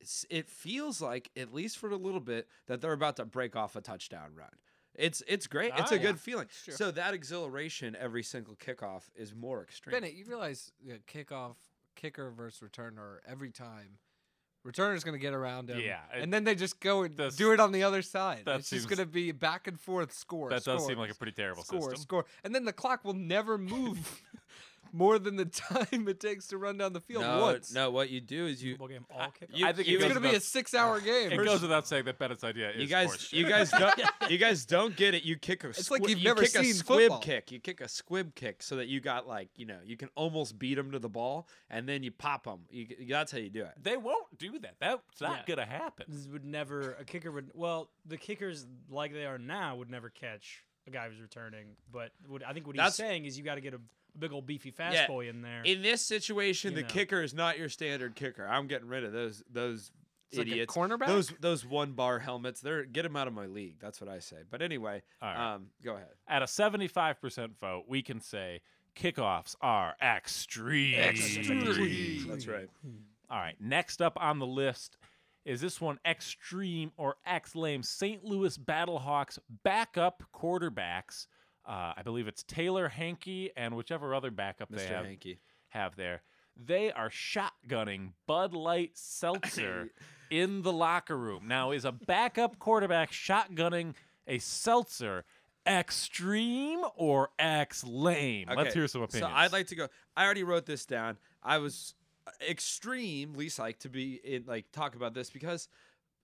[SPEAKER 1] it's- it feels like, at least for a little bit, that they're about to break off a touchdown run. It's it's great. It's
[SPEAKER 2] Ah,
[SPEAKER 1] a
[SPEAKER 2] yeah.
[SPEAKER 1] good feeling.
[SPEAKER 4] true.
[SPEAKER 1] So that exhilaration every single kickoff is more extreme.
[SPEAKER 4] Bennett, you realize uh, kickoff, kicker versus returner every time. Returner's going to get around him.
[SPEAKER 2] Yeah, it-
[SPEAKER 4] and then they just go and
[SPEAKER 2] That's-
[SPEAKER 4] do it on the other side.
[SPEAKER 2] that
[SPEAKER 4] it's just
[SPEAKER 2] seems-
[SPEAKER 4] going to be back and forth score.
[SPEAKER 2] That does seem
[SPEAKER 4] score,
[SPEAKER 2] like a pretty terrible
[SPEAKER 4] score,
[SPEAKER 2] system.
[SPEAKER 4] score. And then the clock will never move more than the time it takes to run down the field
[SPEAKER 1] no,
[SPEAKER 4] once.
[SPEAKER 1] no, what you do is you
[SPEAKER 3] Football game, all kickoffs.
[SPEAKER 1] you-
[SPEAKER 2] I think
[SPEAKER 1] you-
[SPEAKER 2] it
[SPEAKER 4] It's
[SPEAKER 2] goes
[SPEAKER 4] going to be a
[SPEAKER 2] without-
[SPEAKER 4] six hour game.
[SPEAKER 2] It goes without saying that Bennett's idea is
[SPEAKER 1] You guys,
[SPEAKER 2] horseshit.
[SPEAKER 1] you guys don't, you guys don't get it. You kick a.
[SPEAKER 4] It's like
[SPEAKER 1] squi-
[SPEAKER 4] you've
[SPEAKER 1] you
[SPEAKER 4] never
[SPEAKER 1] kick
[SPEAKER 4] seen
[SPEAKER 1] a squib
[SPEAKER 4] football.
[SPEAKER 1] kick. You kick a squib kick so that you got like you know you can almost beat them to the ball and then you pop them. You, that's how you do it.
[SPEAKER 2] they won't do that. That's not
[SPEAKER 3] Yeah.
[SPEAKER 2] gonna happen.
[SPEAKER 3] This would never a kicker would well the kickers like they are now would never catch a guy who's returning. But what I think what
[SPEAKER 1] That's-
[SPEAKER 3] he's saying is you got to get a big old beefy fast
[SPEAKER 1] Yeah.
[SPEAKER 3] boy in there.
[SPEAKER 1] In this situation,
[SPEAKER 3] You
[SPEAKER 1] the
[SPEAKER 3] know.
[SPEAKER 1] kicker is not your standard kicker. I'm getting rid of those those
[SPEAKER 4] It's like a
[SPEAKER 1] idiots.
[SPEAKER 4] cornerback?
[SPEAKER 1] Those those one bar helmets. They're get them out of my league. That's what I say. But anyway,
[SPEAKER 2] All right.
[SPEAKER 1] um, go ahead.
[SPEAKER 2] at a 75% vote, we can say kickoffs are extreme.
[SPEAKER 4] Extreme.
[SPEAKER 1] That's right.
[SPEAKER 2] All right, next up on the list is this one extreme or X lame St. Louis Battlehawks backup quarterbacks. Uh, I believe it's Taylor Hankey and whichever other backup they
[SPEAKER 1] Mr.
[SPEAKER 2] have,
[SPEAKER 1] Hankey.
[SPEAKER 2] have there. They are shotgunning Bud Light Seltzer in the locker room. Now, is a backup quarterback shotgunning a seltzer extreme or X lame? Let's
[SPEAKER 1] Okay,
[SPEAKER 2] hear some opinions.
[SPEAKER 1] So I'd like to go. I already wrote this down. I was extreme least like to be in like talk about this because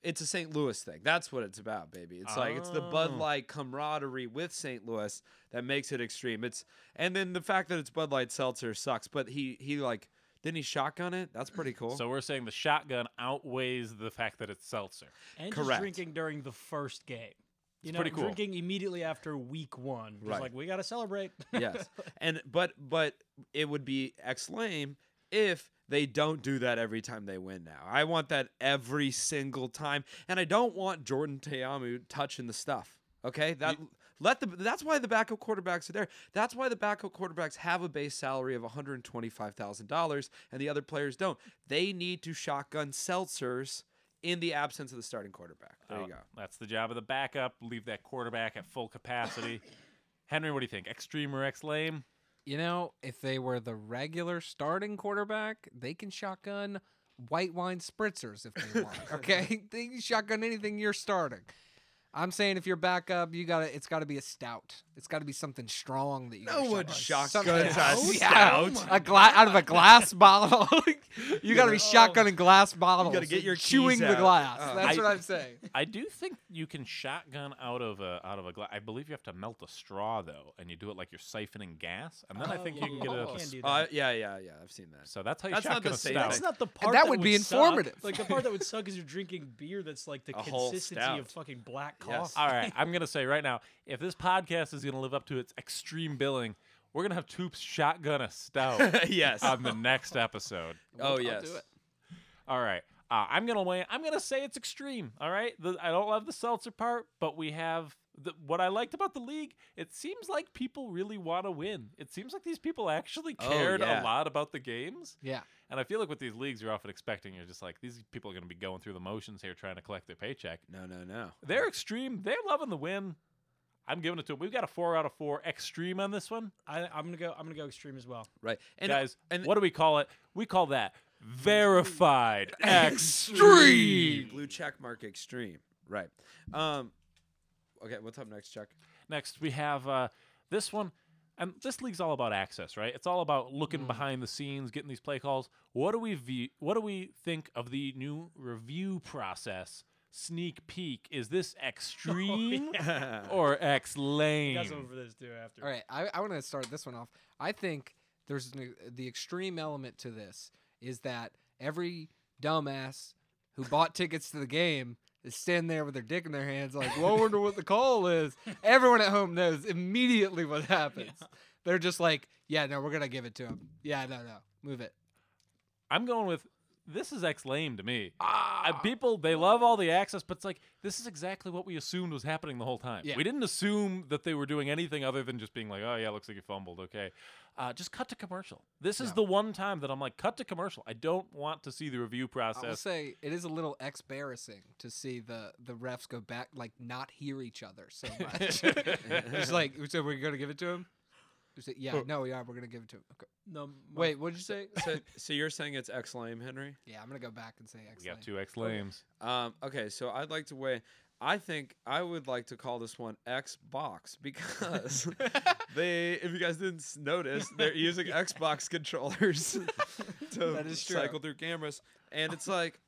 [SPEAKER 1] it's a St. Louis thing. That's what it's about, baby. It's like it's the Bud
[SPEAKER 2] Oh.
[SPEAKER 1] Light camaraderie with St. Louis that makes it extreme. It's and then the fact that it's Bud Light seltzer sucks, but he he like didn't he shotgun it? That's pretty cool.
[SPEAKER 2] So we're saying the shotgun outweighs the fact that it's seltzer.
[SPEAKER 3] and
[SPEAKER 1] correct.
[SPEAKER 3] just drinking during the first game. You know,
[SPEAKER 2] pretty cool.
[SPEAKER 3] drinking immediately after week one. Just
[SPEAKER 1] Right.
[SPEAKER 3] like we got to celebrate.
[SPEAKER 1] yes. And but but it would be ex lame if they don't do that every time they win now. I want that every single time. And I don't want Jordan Teamu touching the stuff. Okay, that let the that's why the backup quarterbacks are there. That's why the backup quarterbacks have a base salary of one hundred twenty five thousand dollars, and the other players don't. They need to shotgun seltzers in the absence of the starting quarterback. There you
[SPEAKER 2] Uh,
[SPEAKER 1] go.
[SPEAKER 2] That's the job of the backup. Leave that quarterback at full capacity. Henry, what do you think? Extreme or X lame?
[SPEAKER 4] You know, if they were the regular starting quarterback, they can shotgun white wine spritzers if they want. Okay, they can shotgun anything you're starting. I'm saying if you're backup, you gotta. It's got to be a stout. It's got to be something strong that you.
[SPEAKER 1] No
[SPEAKER 4] gotta
[SPEAKER 1] one
[SPEAKER 4] shotgun.
[SPEAKER 1] shotguns a
[SPEAKER 4] Something-
[SPEAKER 1] stout.
[SPEAKER 4] Yeah, a gla- out of a glass bottle. you got to be shotgunning glass bottles.
[SPEAKER 1] Oh. get
[SPEAKER 4] and
[SPEAKER 1] your
[SPEAKER 4] chewing
[SPEAKER 1] keys
[SPEAKER 4] the
[SPEAKER 1] out.
[SPEAKER 4] glass.
[SPEAKER 1] Uh,
[SPEAKER 4] That's
[SPEAKER 2] I-
[SPEAKER 4] what I'm saying.
[SPEAKER 2] I do think you can shotgun out of a out of a glass. I believe you have to melt a straw though, and you do it like you're siphoning gas, and then I
[SPEAKER 3] Oh,
[SPEAKER 2] think
[SPEAKER 3] yeah,
[SPEAKER 2] you can
[SPEAKER 3] yeah,
[SPEAKER 2] get
[SPEAKER 3] yeah,
[SPEAKER 2] it
[SPEAKER 3] you
[SPEAKER 2] up. a
[SPEAKER 3] can
[SPEAKER 2] s-
[SPEAKER 3] do
[SPEAKER 1] Uh,
[SPEAKER 3] that.
[SPEAKER 1] yeah, yeah, yeah. I've seen that.
[SPEAKER 2] So that's how you
[SPEAKER 1] That's not
[SPEAKER 2] shotgun
[SPEAKER 1] the
[SPEAKER 2] a
[SPEAKER 1] same.
[SPEAKER 2] stout.
[SPEAKER 1] That's
[SPEAKER 3] That's not the part
[SPEAKER 4] that would be
[SPEAKER 3] suck.
[SPEAKER 4] informative.
[SPEAKER 3] Like the part that would suck is you're drinking beer that's like the
[SPEAKER 1] A whole
[SPEAKER 3] consistency of
[SPEAKER 1] stout.
[SPEAKER 3] fucking black coffee.
[SPEAKER 1] Yes.
[SPEAKER 2] All right, I'm gonna say right now, if this podcast is gonna live up to its extreme billing, we're gonna have Toops shotgun a stout
[SPEAKER 1] yes.
[SPEAKER 2] on the next episode.
[SPEAKER 1] oh
[SPEAKER 4] do
[SPEAKER 1] yes.
[SPEAKER 4] it.
[SPEAKER 2] All right. Uh, I'm gonna weigh. I'm gonna say it's extreme. All right. The, I don't love the seltzer part, but we have the, what I liked about the league. It seems like people really want to win. It seems like these people actually
[SPEAKER 1] Oh,
[SPEAKER 2] cared
[SPEAKER 1] yeah.
[SPEAKER 2] a lot about the games.
[SPEAKER 4] Yeah.
[SPEAKER 2] And I feel like with these leagues, you're often expecting you're just like these people are gonna be going through the motions here, trying to collect their paycheck.
[SPEAKER 1] No, no, no.
[SPEAKER 2] They're extreme. They're loving the win. I'm giving it to them. We've got a four out of four extreme on this one,
[SPEAKER 3] I, I'm gonna go. I'm gonna go extreme as well.
[SPEAKER 1] Right. And
[SPEAKER 2] guys.
[SPEAKER 1] and
[SPEAKER 2] what do we call it? We call that verified
[SPEAKER 1] extreme blue check mark extreme. Right. Um Okay, what's up next, Chuck?
[SPEAKER 2] Next, we have uh, this one. And this league's all about access, right? It's all about
[SPEAKER 3] Mm-hmm.
[SPEAKER 2] looking behind the scenes, getting these play calls. What do we view, what do we think of the new review process? Sneak peek. Is this extreme or X
[SPEAKER 3] Oh, You guys
[SPEAKER 1] Mm.
[SPEAKER 2] lame?
[SPEAKER 3] over this too after.
[SPEAKER 4] All right, I, I want to start this one off. I think there's an, the extreme element to this is that every dumbass who bought tickets to the game is standing there with their dick in their hands, like, "Well, I wonder what the call is." Everyone at home knows immediately what happens. They're just like, "Yeah, no, we're gonna give it to him." Yeah, no, no, move it.
[SPEAKER 2] I'm going with this is X lame to me. Uh,
[SPEAKER 4] Ah.
[SPEAKER 2] people they love all the access, but it's like this is exactly what we assumed was happening the whole time.
[SPEAKER 4] Yeah.
[SPEAKER 2] We didn't assume that they were doing anything other than just being like, "Oh yeah, looks like you fumbled." Okay, uh, just cut to commercial. This is the one time that I'm like, cut to commercial. I don't want to see the review
[SPEAKER 4] I will
[SPEAKER 2] process.
[SPEAKER 4] say it is a little embarrassing to see the the refs go back, like not hear each other so much. it's like, so we're gonna give it to him. We say, yeah, no, yeah, we're gonna give it to him. Okay.
[SPEAKER 3] No. my-
[SPEAKER 4] Wait, what did you say?
[SPEAKER 1] So, so you're saying it's X lame, Henry?
[SPEAKER 4] yeah, I'm gonna go back and say
[SPEAKER 2] We
[SPEAKER 4] excellent.
[SPEAKER 2] got two X lames.
[SPEAKER 1] Um, okay, so I'd like to weigh. I think I would like to call this one Xbox because they, if you guys didn't s- notice, they're using Xbox controllers to
[SPEAKER 4] That is true.
[SPEAKER 1] cycle through cameras, and it's like,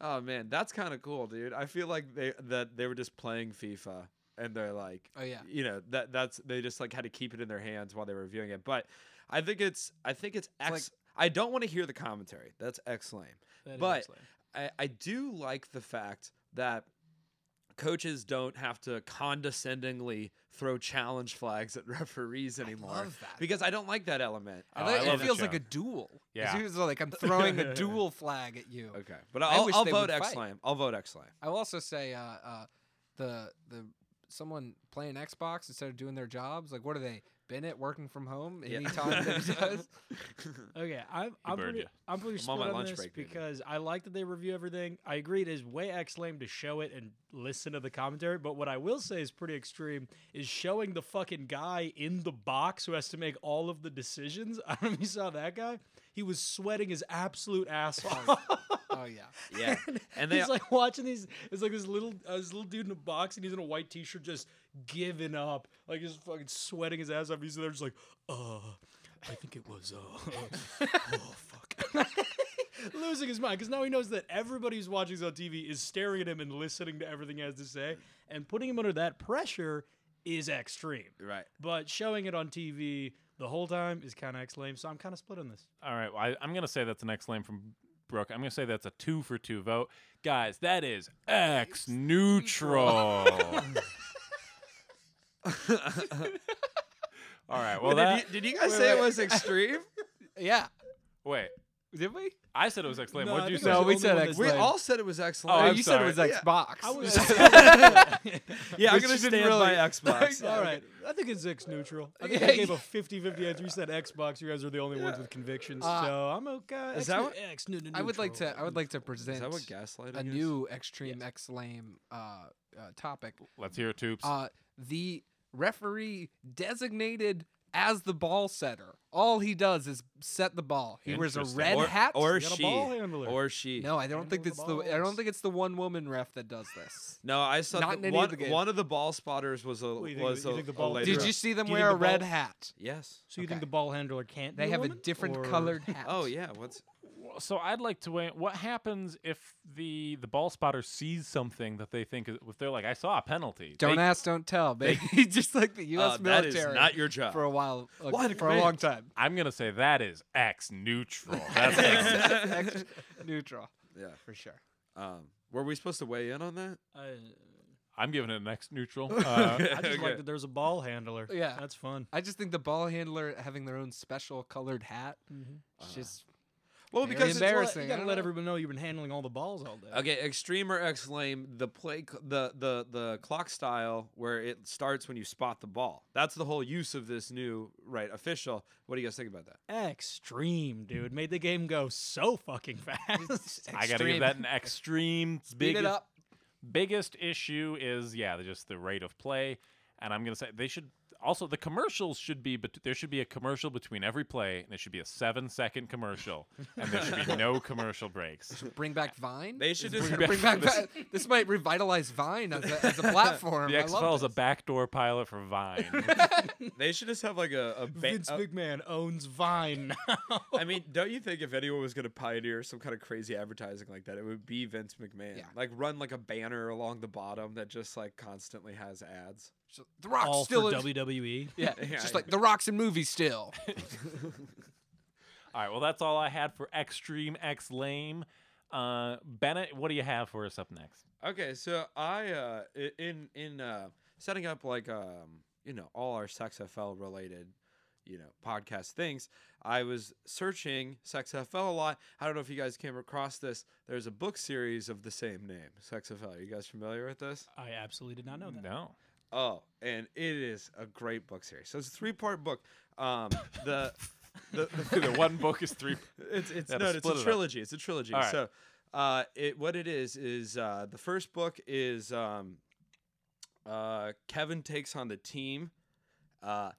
[SPEAKER 1] oh man, that's kind of cool, dude. I feel like they that they were just playing FIFA, and they're like,
[SPEAKER 4] Oh, yeah.
[SPEAKER 1] you know that that's they just like had to keep it in their hands while they were viewing it. But I think it's I think it's X. I
[SPEAKER 4] like-
[SPEAKER 1] don't want to hear the commentary. That's X lame.
[SPEAKER 3] That is
[SPEAKER 1] but
[SPEAKER 3] X lame.
[SPEAKER 1] I, I do like the fact that coaches don't have to condescendingly throw challenge flags at referees anymore
[SPEAKER 4] love that.
[SPEAKER 1] because I don't like that element.
[SPEAKER 4] I
[SPEAKER 2] Oh,
[SPEAKER 4] like-
[SPEAKER 2] I
[SPEAKER 4] it
[SPEAKER 2] love that
[SPEAKER 4] feels like a
[SPEAKER 2] challenge.
[SPEAKER 4] duel.
[SPEAKER 2] Yeah.
[SPEAKER 4] It's usually like I'm throwing a duel flag at you.
[SPEAKER 1] Okay, but
[SPEAKER 4] I
[SPEAKER 1] I'll,
[SPEAKER 4] wish
[SPEAKER 1] I'll
[SPEAKER 4] they
[SPEAKER 1] vote
[SPEAKER 4] would
[SPEAKER 1] X
[SPEAKER 4] fight.
[SPEAKER 1] Lame. I'll vote X Lame.
[SPEAKER 4] I will also say, uh, uh, the the someone playing Xbox instead of doing their jobs, like what are they? Bennett working from home
[SPEAKER 1] Yeah.
[SPEAKER 4] anytime that he does.
[SPEAKER 3] Okay, I'm I'm
[SPEAKER 2] burned
[SPEAKER 3] pretty,
[SPEAKER 2] ya.
[SPEAKER 3] I'm pretty
[SPEAKER 1] I'm on
[SPEAKER 3] split
[SPEAKER 1] my
[SPEAKER 3] on,
[SPEAKER 1] lunch
[SPEAKER 3] this
[SPEAKER 1] break, baby.
[SPEAKER 3] because I like that they review everything. I agree it is way X lame to show it and listen to the commentary, but what I will say is pretty extreme is showing the fucking guy in the box who has to make all of the decisions. I don't know if you saw that guy. He was sweating his absolute ass off.
[SPEAKER 4] Oh yeah.
[SPEAKER 1] Yeah, and they
[SPEAKER 3] he's like watching these. It's like this little uh, this little dude in a box, and he's in a white t-shirt, just giving up, like he's fucking sweating his ass off. He's there, just like, uh, I think it was, uh, oh fuck, losing his mind because now he knows that everybody who's watching this on TV is staring at him and listening to everything he has to say, and putting him under that pressure is extreme.
[SPEAKER 1] right.
[SPEAKER 3] But showing it on TV the whole time is kind of X lame. So I'm kind of split on this.
[SPEAKER 2] All right, well, I, I'm gonna say that's an X lame from Brooke. I'm gonna say that's a two for two vote, guys. That is X neutral. All right. Well,
[SPEAKER 1] did,
[SPEAKER 2] that,
[SPEAKER 1] you, did you guys say it was extreme?
[SPEAKER 4] Yeah.
[SPEAKER 2] wait.
[SPEAKER 4] Did we?
[SPEAKER 2] I said it was X Lame.
[SPEAKER 3] No,
[SPEAKER 2] What'd
[SPEAKER 3] I
[SPEAKER 2] you
[SPEAKER 3] think
[SPEAKER 2] say?
[SPEAKER 3] it was
[SPEAKER 4] No,
[SPEAKER 3] the
[SPEAKER 4] we
[SPEAKER 3] only
[SPEAKER 4] said
[SPEAKER 3] one
[SPEAKER 4] X-
[SPEAKER 3] that's
[SPEAKER 4] We
[SPEAKER 1] We
[SPEAKER 3] lame.
[SPEAKER 1] all said it was excellent.
[SPEAKER 2] Oh,
[SPEAKER 4] Oh,
[SPEAKER 2] I'm
[SPEAKER 4] you
[SPEAKER 2] sorry.
[SPEAKER 4] said it was Xbox.
[SPEAKER 3] I was.
[SPEAKER 1] yeah, I'm
[SPEAKER 4] She
[SPEAKER 1] gonna
[SPEAKER 4] didn't
[SPEAKER 1] stand
[SPEAKER 4] really-
[SPEAKER 1] by Xbox.
[SPEAKER 3] All right. I think it's X neutral. I think
[SPEAKER 4] Yeah,
[SPEAKER 3] I gave
[SPEAKER 4] yeah.
[SPEAKER 3] a 50 50 answer. You said Xbox. You guys are the only ones with convictions.
[SPEAKER 4] Uh,
[SPEAKER 3] so I'm okay.
[SPEAKER 1] is
[SPEAKER 3] X
[SPEAKER 1] that
[SPEAKER 3] neu-
[SPEAKER 1] what-
[SPEAKER 3] X neu-
[SPEAKER 4] I would like
[SPEAKER 3] neutral.
[SPEAKER 4] to. I would like to present
[SPEAKER 1] Is that what gaslighting
[SPEAKER 4] a
[SPEAKER 1] is?
[SPEAKER 4] new extreme X lame uh, uh, topic.
[SPEAKER 2] Let's hear it, Toops.
[SPEAKER 4] Uh, the referee designated as the ball setter. All he does is set the ball. He wears a
[SPEAKER 2] Interesting.
[SPEAKER 4] red
[SPEAKER 1] or,
[SPEAKER 4] hat.
[SPEAKER 1] or
[SPEAKER 3] You got a
[SPEAKER 1] she
[SPEAKER 3] ball handler.
[SPEAKER 1] or she.
[SPEAKER 4] no, I don't think
[SPEAKER 3] handles
[SPEAKER 4] it's
[SPEAKER 3] the
[SPEAKER 4] the. I
[SPEAKER 3] balls.
[SPEAKER 4] don't think it's the one woman ref that does this.
[SPEAKER 1] No, I saw
[SPEAKER 4] Not
[SPEAKER 1] that
[SPEAKER 4] in any of
[SPEAKER 1] one,
[SPEAKER 4] the games.
[SPEAKER 1] one of the ball spotters was a
[SPEAKER 3] do you think-
[SPEAKER 1] was
[SPEAKER 3] you
[SPEAKER 1] a,
[SPEAKER 3] think the
[SPEAKER 1] a
[SPEAKER 3] ball-
[SPEAKER 1] lady
[SPEAKER 4] Did
[SPEAKER 1] ref.
[SPEAKER 4] you see them
[SPEAKER 3] Do you think
[SPEAKER 4] wear a
[SPEAKER 3] the
[SPEAKER 4] red
[SPEAKER 3] ball-
[SPEAKER 4] hat?
[SPEAKER 1] Yes.
[SPEAKER 3] So you think
[SPEAKER 4] Okay.
[SPEAKER 3] the ball handler can't?
[SPEAKER 4] They
[SPEAKER 3] be a
[SPEAKER 4] have a
[SPEAKER 3] woman?
[SPEAKER 4] different
[SPEAKER 3] Or-
[SPEAKER 4] colored hat.
[SPEAKER 1] Oh yeah. What's
[SPEAKER 2] so I'd like to win. What happens if the the ball spotter sees something that they think is, if they're like, I saw a penalty.
[SPEAKER 4] Don't
[SPEAKER 2] they,
[SPEAKER 4] ask, don't tell, baby. Just like the U.S.
[SPEAKER 1] uh, that
[SPEAKER 4] military.
[SPEAKER 1] is not your job.
[SPEAKER 4] for a while, like,
[SPEAKER 1] What a
[SPEAKER 4] for a long
[SPEAKER 1] command.
[SPEAKER 4] time.
[SPEAKER 2] I'm gonna say that is X neutral. That's X.
[SPEAKER 4] Ex- neutral
[SPEAKER 1] yeah.
[SPEAKER 4] for sure.
[SPEAKER 1] Um, were we supposed to weigh in on that?
[SPEAKER 3] I,
[SPEAKER 2] I'm giving it an X neutral. Uh,
[SPEAKER 3] I just
[SPEAKER 1] Okay.
[SPEAKER 3] like that there's a ball handler.
[SPEAKER 4] Yeah.
[SPEAKER 3] That's fun.
[SPEAKER 4] I just think the ball handler having their own special colored hat,
[SPEAKER 3] Mm-hmm.
[SPEAKER 4] it's just
[SPEAKER 1] Well,
[SPEAKER 4] Very
[SPEAKER 1] because it's
[SPEAKER 4] embarrassing.
[SPEAKER 3] You
[SPEAKER 4] I
[SPEAKER 3] gotta
[SPEAKER 4] don't
[SPEAKER 3] let
[SPEAKER 4] know.
[SPEAKER 3] everyone know you've been handling all the balls all day.
[SPEAKER 1] Okay, extreme or X lame, the play c- the the the clock style where it starts when you spot the ball. That's the whole use of this new right official. What do you guys think about that?
[SPEAKER 3] Extreme, dude. Made the game go so fucking fast.
[SPEAKER 2] I gotta give
[SPEAKER 4] extreme.
[SPEAKER 2] that an extreme.
[SPEAKER 4] beat
[SPEAKER 2] biggest,
[SPEAKER 4] it up.
[SPEAKER 2] biggest issue is yeah, the- just the rate of play. And I'm gonna say they should also the commercials should be, but there should be a commercial between every play, and it should be a seven second commercial, and there should be no commercial breaks.
[SPEAKER 4] Bring back Vine.
[SPEAKER 1] They should just
[SPEAKER 4] Bring back Vine. This might revitalize Vine as a, as a platform.
[SPEAKER 2] The
[SPEAKER 4] I love
[SPEAKER 2] XFL is a
[SPEAKER 4] this.
[SPEAKER 2] backdoor pilot for Vine.
[SPEAKER 1] they should just have like a, a, ba- oh.
[SPEAKER 3] Vince
[SPEAKER 1] a-
[SPEAKER 3] McMahon owns Vine now.
[SPEAKER 1] I mean, don't you think if anyone was going to pioneer some kind of crazy advertising like that, it would be Vince McMahon?
[SPEAKER 4] Yeah.
[SPEAKER 1] Like run like a banner along the bottom that just like constantly has ads.
[SPEAKER 4] So the Rock's
[SPEAKER 3] all
[SPEAKER 4] still
[SPEAKER 3] for E?
[SPEAKER 4] in,
[SPEAKER 3] WWE.
[SPEAKER 4] Yeah,
[SPEAKER 1] Yeah,
[SPEAKER 4] just
[SPEAKER 1] I-
[SPEAKER 4] like The Rock's in movies still.
[SPEAKER 2] all right, well that's all I had for extreme X lame. Uh, Bennett, what do you have for us up next?
[SPEAKER 1] Okay, so I uh i- in in uh setting up like um you know all our SexFL related you know podcast things, I was searching SexFL a lot. I don't know if you guys came across this. There's a book series of the same name, SexFL. You guys familiar with this?
[SPEAKER 3] I absolutely did not know that.
[SPEAKER 2] No.
[SPEAKER 1] Oh, and it is a great book series. So it's a three part book. Um, the, the, the
[SPEAKER 2] The one book is three.
[SPEAKER 1] it's it's
[SPEAKER 2] Yeah,
[SPEAKER 1] no, it's
[SPEAKER 2] to split it
[SPEAKER 1] a
[SPEAKER 2] up.
[SPEAKER 1] trilogy. It's a trilogy.
[SPEAKER 2] All right.
[SPEAKER 1] So, uh, it what it is is uh, the first book is um, uh, Kevin takes on the team. Uh,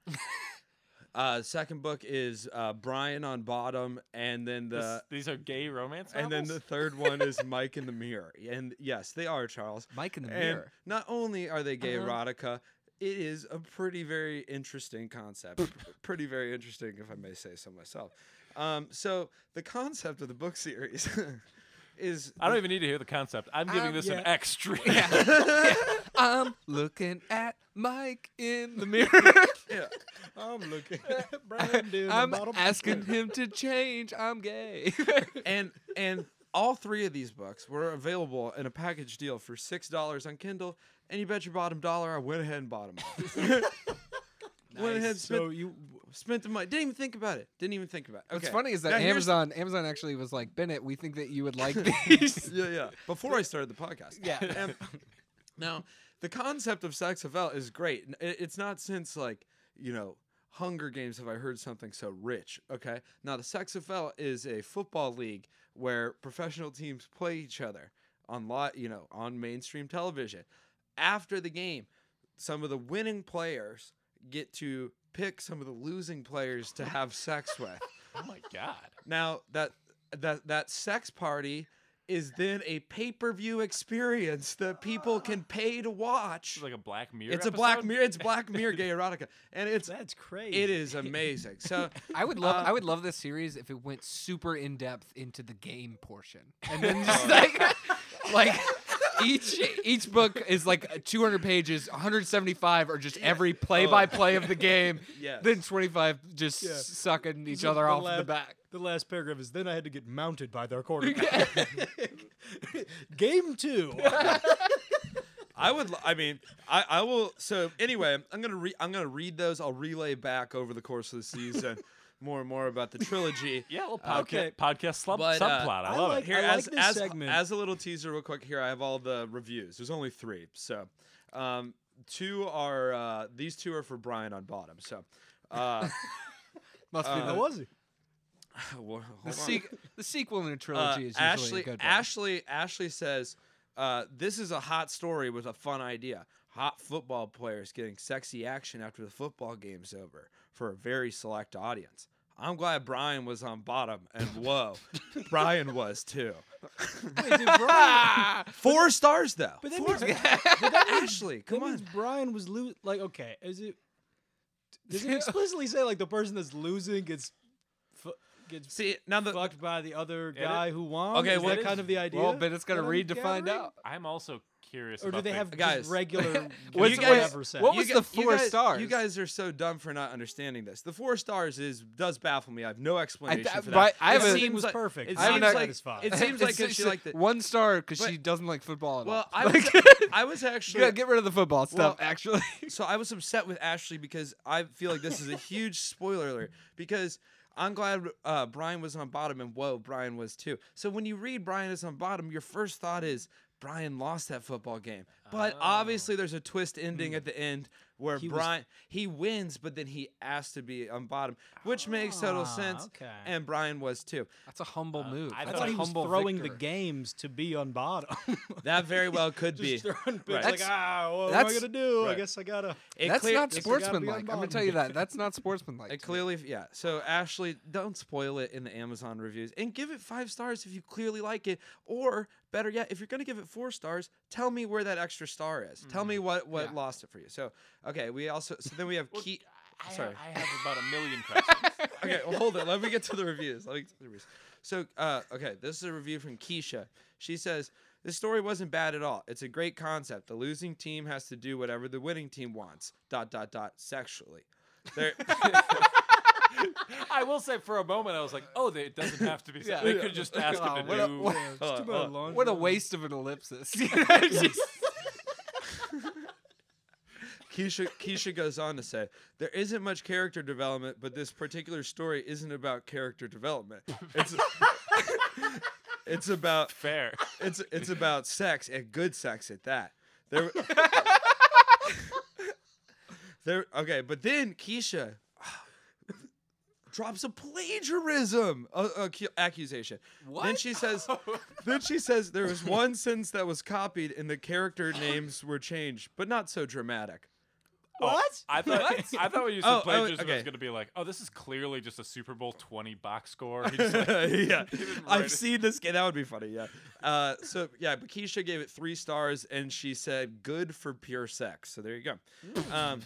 [SPEAKER 1] uh, second book is uh, Brian on bottom, and then the
[SPEAKER 2] This- these are gay romance
[SPEAKER 1] and then the
[SPEAKER 2] novels?
[SPEAKER 1] third one is Mike in the mirror. And yes, they are Charles.
[SPEAKER 4] Mike in the
[SPEAKER 1] And
[SPEAKER 4] mirror.
[SPEAKER 1] Not only are they gay
[SPEAKER 2] Uh-huh.
[SPEAKER 1] erotica, it is a pretty very interesting concept. P- pretty very interesting, if I may say so myself. Um, so the concept of the book series is
[SPEAKER 2] I don't even need to hear the concept. I'm giving
[SPEAKER 4] Um,
[SPEAKER 2] this an
[SPEAKER 4] yeah.
[SPEAKER 2] extreme.
[SPEAKER 4] I'm looking at Mike in the mirror.
[SPEAKER 1] yeah,
[SPEAKER 3] I'm looking at Brandon.
[SPEAKER 4] I'm
[SPEAKER 3] bottom.
[SPEAKER 4] asking him to change. I'm gay.
[SPEAKER 1] and and all three of these books were available in a package deal for six dollars on Kindle. And you bet your bottom dollar, I went ahead and bought them. all. Went ahead, and spent,
[SPEAKER 3] So you
[SPEAKER 1] spent the money. Didn't even think about it. Didn't even think about it. Okay.
[SPEAKER 4] What's funny is that
[SPEAKER 1] Now here's the-
[SPEAKER 4] Amazon Amazon actually was like Bennett. We think that you would like these.
[SPEAKER 1] yeah, yeah. Before I started the podcast.
[SPEAKER 4] Yeah.
[SPEAKER 1] And now, the concept of Saxophel is great. N- it- It's not since like you know Hunger Games have I heard something so rich. Okay. Now the Saxophel is a football league where professional teams play each other on lot you know on mainstream television. After the game, some of the winning players get to pick some of the losing players to have sex with.
[SPEAKER 2] oh my god.
[SPEAKER 1] Now that that that sex party is then a pay-per-view experience that people can pay to watch.
[SPEAKER 2] It's like a Black Mirror.
[SPEAKER 1] It's a black
[SPEAKER 2] episode?
[SPEAKER 1] mirror. It's black mirror gay erotica, and it's
[SPEAKER 3] that's crazy.
[SPEAKER 1] it is amazing. So
[SPEAKER 4] I would love
[SPEAKER 1] Uh,
[SPEAKER 4] I would love this series if it went super in depth into the game portion, and then just like like each each book is like 200 pages, 175 are just every play by play of the game.
[SPEAKER 1] Oh. Yes.
[SPEAKER 4] Then 25 just
[SPEAKER 3] Yeah.
[SPEAKER 4] sucking each
[SPEAKER 3] Just
[SPEAKER 4] other
[SPEAKER 3] the
[SPEAKER 4] off
[SPEAKER 3] la-
[SPEAKER 4] the back.
[SPEAKER 3] The last paragraph is then I had to get mounted by their quarterback. Game two.
[SPEAKER 1] I would. l- I mean, I, I will. So anyway, I'm gonna re- I'm gonna read those. I'll relay back over the course of the season. more and more about the trilogy.
[SPEAKER 2] Yeah, well, podca-
[SPEAKER 1] Okay.
[SPEAKER 2] podcast slub-
[SPEAKER 1] But, uh,
[SPEAKER 2] subplot. I
[SPEAKER 3] I
[SPEAKER 2] love
[SPEAKER 3] like-
[SPEAKER 2] it.
[SPEAKER 1] Here,
[SPEAKER 3] like
[SPEAKER 1] as
[SPEAKER 3] this
[SPEAKER 1] as
[SPEAKER 3] segment.
[SPEAKER 1] as a little teaser, real quick. Here, I have all the reviews. There's only three, so um, two are uh, these two are for Brian on bottom. So. Uh,
[SPEAKER 4] Must be
[SPEAKER 1] Uh,
[SPEAKER 4] the,
[SPEAKER 1] How
[SPEAKER 3] was he?
[SPEAKER 1] well, hold
[SPEAKER 4] the,
[SPEAKER 1] on.
[SPEAKER 4] sequ- the sequel in a
[SPEAKER 1] Uh,
[SPEAKER 4] trilogy is Oh,
[SPEAKER 1] Ashley,
[SPEAKER 4] usually a good one.
[SPEAKER 1] Ashley, Ashley says, uh, "This is a hot story with a fun idea. Hot football players getting sexy action after the football game's over for a very select audience." I'm glad Brian was on bottom, and whoa, Brian was too.
[SPEAKER 3] Wait, dude, Brian,
[SPEAKER 1] Four stars though.
[SPEAKER 3] but that means,
[SPEAKER 1] Ashley,
[SPEAKER 3] that
[SPEAKER 1] come
[SPEAKER 3] means
[SPEAKER 1] on.
[SPEAKER 3] Brian was lo- like okay, is it? Does it explicitly say like the person that's losing gets fu- gets
[SPEAKER 1] See now the
[SPEAKER 3] fucked by the other
[SPEAKER 2] it-
[SPEAKER 3] guy who won?
[SPEAKER 1] Okay,
[SPEAKER 3] is
[SPEAKER 1] well,
[SPEAKER 3] that kind of the idea?
[SPEAKER 4] well, but it's gonna
[SPEAKER 3] that I'm
[SPEAKER 4] read to find
[SPEAKER 3] gathering?
[SPEAKER 4] out.
[SPEAKER 2] I'm also curious.
[SPEAKER 3] Or do
[SPEAKER 2] about
[SPEAKER 3] they
[SPEAKER 2] the-
[SPEAKER 3] have
[SPEAKER 1] Guys.
[SPEAKER 3] just regular
[SPEAKER 4] What's-
[SPEAKER 1] You guys-
[SPEAKER 3] whatever sex?
[SPEAKER 4] what was
[SPEAKER 1] you
[SPEAKER 4] the
[SPEAKER 1] gu- you
[SPEAKER 4] four
[SPEAKER 1] guys-
[SPEAKER 4] stars?
[SPEAKER 1] You guys are so dumb for not understanding this. The four stars is does baffle me. I have no explanation for that.
[SPEAKER 4] but I
[SPEAKER 1] It
[SPEAKER 4] have a-
[SPEAKER 1] seems
[SPEAKER 3] was
[SPEAKER 1] like-
[SPEAKER 3] perfect.
[SPEAKER 1] It
[SPEAKER 4] I have
[SPEAKER 1] seems
[SPEAKER 4] no-
[SPEAKER 1] like it seems like
[SPEAKER 4] It's-
[SPEAKER 1] if she
[SPEAKER 4] it's
[SPEAKER 1] liked it.
[SPEAKER 4] one star because
[SPEAKER 1] But-
[SPEAKER 4] she doesn't like football at
[SPEAKER 1] Well,
[SPEAKER 4] all.
[SPEAKER 1] I
[SPEAKER 4] Like,
[SPEAKER 1] was, I was actually
[SPEAKER 4] yeah, get rid of the football stuff. Actually,
[SPEAKER 1] so I was upset with Ashley because I feel like this is a huge spoiler alert because I'm glad uh, Brian was on bottom and whoa, Brian was too. So when you read Brian is on bottom, your first thought is Brian lost that football game. But obviously there's a twist ending at the end where
[SPEAKER 3] Oh. Hmm. He was-
[SPEAKER 1] Brian he wins, but then he asked to be on bottom, which makes total
[SPEAKER 3] Ah,
[SPEAKER 1] sense.
[SPEAKER 3] okay.
[SPEAKER 1] And Brian was too.
[SPEAKER 4] that's a humble
[SPEAKER 1] Uh,
[SPEAKER 4] move.
[SPEAKER 2] I
[SPEAKER 4] That's
[SPEAKER 2] thought
[SPEAKER 4] a
[SPEAKER 3] he was
[SPEAKER 4] humble
[SPEAKER 3] throwing
[SPEAKER 4] victor.
[SPEAKER 3] the games to be on bottom.
[SPEAKER 1] That very well could be.
[SPEAKER 3] Just throwing picks
[SPEAKER 1] Right.
[SPEAKER 3] like, ah, what am I
[SPEAKER 4] That's-
[SPEAKER 3] gonna do? I
[SPEAKER 1] right.
[SPEAKER 3] guess I gotta.
[SPEAKER 1] It
[SPEAKER 4] That's
[SPEAKER 1] clear-
[SPEAKER 4] not
[SPEAKER 1] it-
[SPEAKER 4] sportsmanlike. I'm
[SPEAKER 3] on
[SPEAKER 4] gonna
[SPEAKER 3] bottom.
[SPEAKER 4] tell you that. That's not sportsmanlike.
[SPEAKER 1] It
[SPEAKER 4] to me.
[SPEAKER 1] clearly, yeah. So Ashley, don't spoil it in the Amazon reviews, and give it five stars if you clearly like it, or better yet, if you're gonna give it four stars, tell me where that extra star is. Tell
[SPEAKER 2] Mm-hmm.
[SPEAKER 1] me what what
[SPEAKER 4] Yeah.
[SPEAKER 1] lost it for you. So okay, we also so then we have key.
[SPEAKER 2] I
[SPEAKER 1] Sorry.
[SPEAKER 2] Have, I have about a million questions.
[SPEAKER 1] okay, well, hold it. Let me get to the reviews. Let me get to the reviews. So, uh, okay, this is a review from Keisha. She says, This story wasn't bad at all. It's a great concept. The losing team has to do whatever the winning team wants, dot, dot, dot, sexually. There,
[SPEAKER 2] I will say, for a moment, I was like, "Oh, they, it doesn't have to be. Yeah. They could just ask him to
[SPEAKER 4] what a-
[SPEAKER 2] do."
[SPEAKER 4] what-
[SPEAKER 1] uh, uh,
[SPEAKER 4] What a waste of an ellipsis. Just-
[SPEAKER 1] Keisha Keisha goes on to say, "There isn't much character development, but this particular story isn't about character development. It's it's about
[SPEAKER 2] Fair. Oh,
[SPEAKER 1] it's it's about sex and good sex at that." There, there. Okay, but then Keisha drops a plagiarism uh, acu- accusation. Then she says, then she says there was one sentence that was copied and the character names were changed, but not so dramatic.
[SPEAKER 3] What?
[SPEAKER 2] I thought I thought when you said
[SPEAKER 1] Oh, oh,
[SPEAKER 2] plagiarism, it
[SPEAKER 1] okay.
[SPEAKER 2] was going to be like, "Oh, this is clearly just a Super Bowl 20 box score." He just like,
[SPEAKER 1] yeah,
[SPEAKER 2] write it.
[SPEAKER 1] I've seen this. Game. That would be funny. Yeah. Uh, so yeah, but Keisha gave it three stars, and she said good for pure sex. So there you
[SPEAKER 3] Mm.
[SPEAKER 1] go. Um,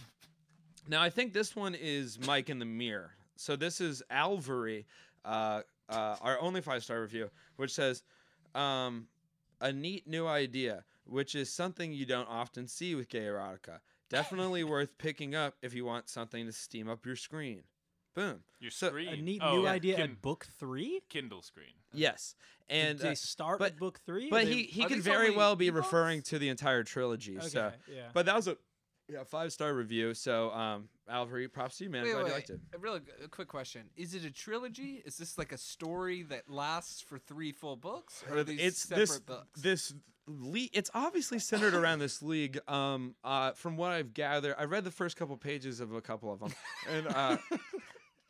[SPEAKER 1] now I think this one is Mike in the mirror. So this is Alvary, uh, uh, our only five star review, which says, um, a neat new idea, which is something you don't often see with gay erotica. Definitely worth picking up if you want something to steam up your screen. Boom.
[SPEAKER 2] your
[SPEAKER 1] So, a
[SPEAKER 2] screen.
[SPEAKER 3] A neat
[SPEAKER 2] Oh,
[SPEAKER 3] new
[SPEAKER 2] yeah.
[SPEAKER 3] idea
[SPEAKER 2] Kin-
[SPEAKER 3] at book three.
[SPEAKER 2] Kindle screen.
[SPEAKER 1] Yes. And
[SPEAKER 3] Did they
[SPEAKER 1] uh,
[SPEAKER 3] start
[SPEAKER 1] but-
[SPEAKER 3] with book three?
[SPEAKER 1] But
[SPEAKER 3] They-
[SPEAKER 1] he, he
[SPEAKER 4] are
[SPEAKER 1] could
[SPEAKER 4] these
[SPEAKER 1] very
[SPEAKER 4] only
[SPEAKER 1] well be
[SPEAKER 4] ebooks?
[SPEAKER 1] referring to the entire trilogy.
[SPEAKER 3] okay,
[SPEAKER 1] So,
[SPEAKER 3] yeah.
[SPEAKER 1] but that was a yeah five star review. So, um, Alvary, props to you, man.
[SPEAKER 4] Wait,
[SPEAKER 1] I'm Glad
[SPEAKER 4] wait,
[SPEAKER 1] you liked it.
[SPEAKER 4] A real a quick question: Is it a trilogy? Is this like a story that lasts for three full books, or are these
[SPEAKER 1] it's
[SPEAKER 4] separate
[SPEAKER 1] this
[SPEAKER 4] books?
[SPEAKER 1] this league. It's obviously centered around this league. Um, uh, from what I've gathered, I read the first couple pages of a couple of them, and uh,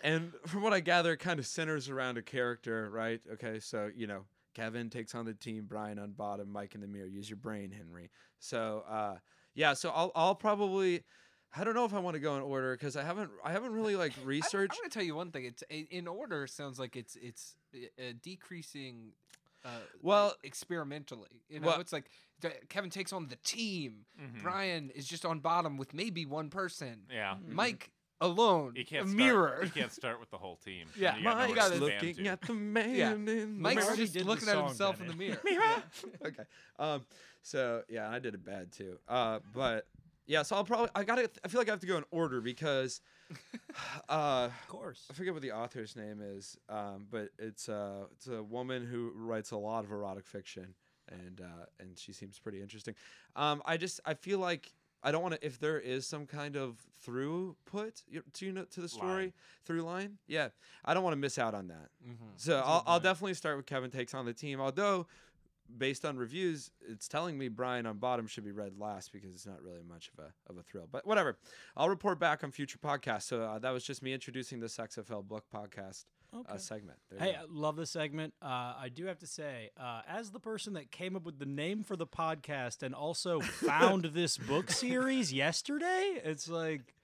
[SPEAKER 1] and from what I gather, it kind of centers around a character, right? Okay, so you know, Kevin takes on the team, Brian on bottom, Mike in the mirror. Use your brain, Henry. So uh, yeah, so I'll I'll probably. I don't know if I want to go in order because I haven't I haven't really like
[SPEAKER 4] I'm-
[SPEAKER 1] researched.
[SPEAKER 4] I'm, going to tell you one thing. It's i- in order. Sounds like it's it's uh, uh, decreasing. Uh,
[SPEAKER 1] Well-
[SPEAKER 4] experimentally, you know,
[SPEAKER 1] well-
[SPEAKER 4] it's like th- Kevin takes on the team.
[SPEAKER 2] Mhm.
[SPEAKER 4] Brian is just on bottom with maybe one person.
[SPEAKER 2] Yeah.
[SPEAKER 4] Mike alone.
[SPEAKER 2] You can't
[SPEAKER 4] a
[SPEAKER 2] start,
[SPEAKER 4] mirror.
[SPEAKER 2] You can't start with the whole team.
[SPEAKER 4] Yeah.
[SPEAKER 2] You got nowhere
[SPEAKER 4] Mike
[SPEAKER 2] to
[SPEAKER 4] is
[SPEAKER 2] expand
[SPEAKER 1] looking
[SPEAKER 2] to.
[SPEAKER 1] at the man
[SPEAKER 4] Yeah.
[SPEAKER 1] in the
[SPEAKER 4] Mike's
[SPEAKER 1] mirror.
[SPEAKER 3] already
[SPEAKER 4] just
[SPEAKER 3] did the
[SPEAKER 4] looking at
[SPEAKER 3] song,
[SPEAKER 4] himself in
[SPEAKER 3] Bennett.
[SPEAKER 4] the mirror.
[SPEAKER 1] okay. Um. So yeah, I did it bad too. Uh. But yeah. So I'll probably I gotta I feel like I have to go in order because, uh,
[SPEAKER 3] of course.
[SPEAKER 1] I forget what the author's name is. Um. But it's uh it's a woman who writes a lot of erotic fiction, and uh and she seems pretty interesting. Um. I just I feel like I don't want to. If there is some kind of throughput you- to you know, to the story through line, yeah, I don't want to miss out on that.
[SPEAKER 2] Mm-hmm.
[SPEAKER 1] So I'll, I'll definitely start with Kevin takes on the team. Although, based on reviews, it's telling me Brian on bottom should be read last because it's not really much of a of a thrill. But whatever, I'll report back on future podcasts. So uh, that was just me introducing this XFL book podcast uh, segment. There you
[SPEAKER 3] Hey,
[SPEAKER 1] go.
[SPEAKER 3] I love this segment. Uh, I do have to say, uh, as the person that came up with the name for the podcast and also found this book series yesterday, it's like,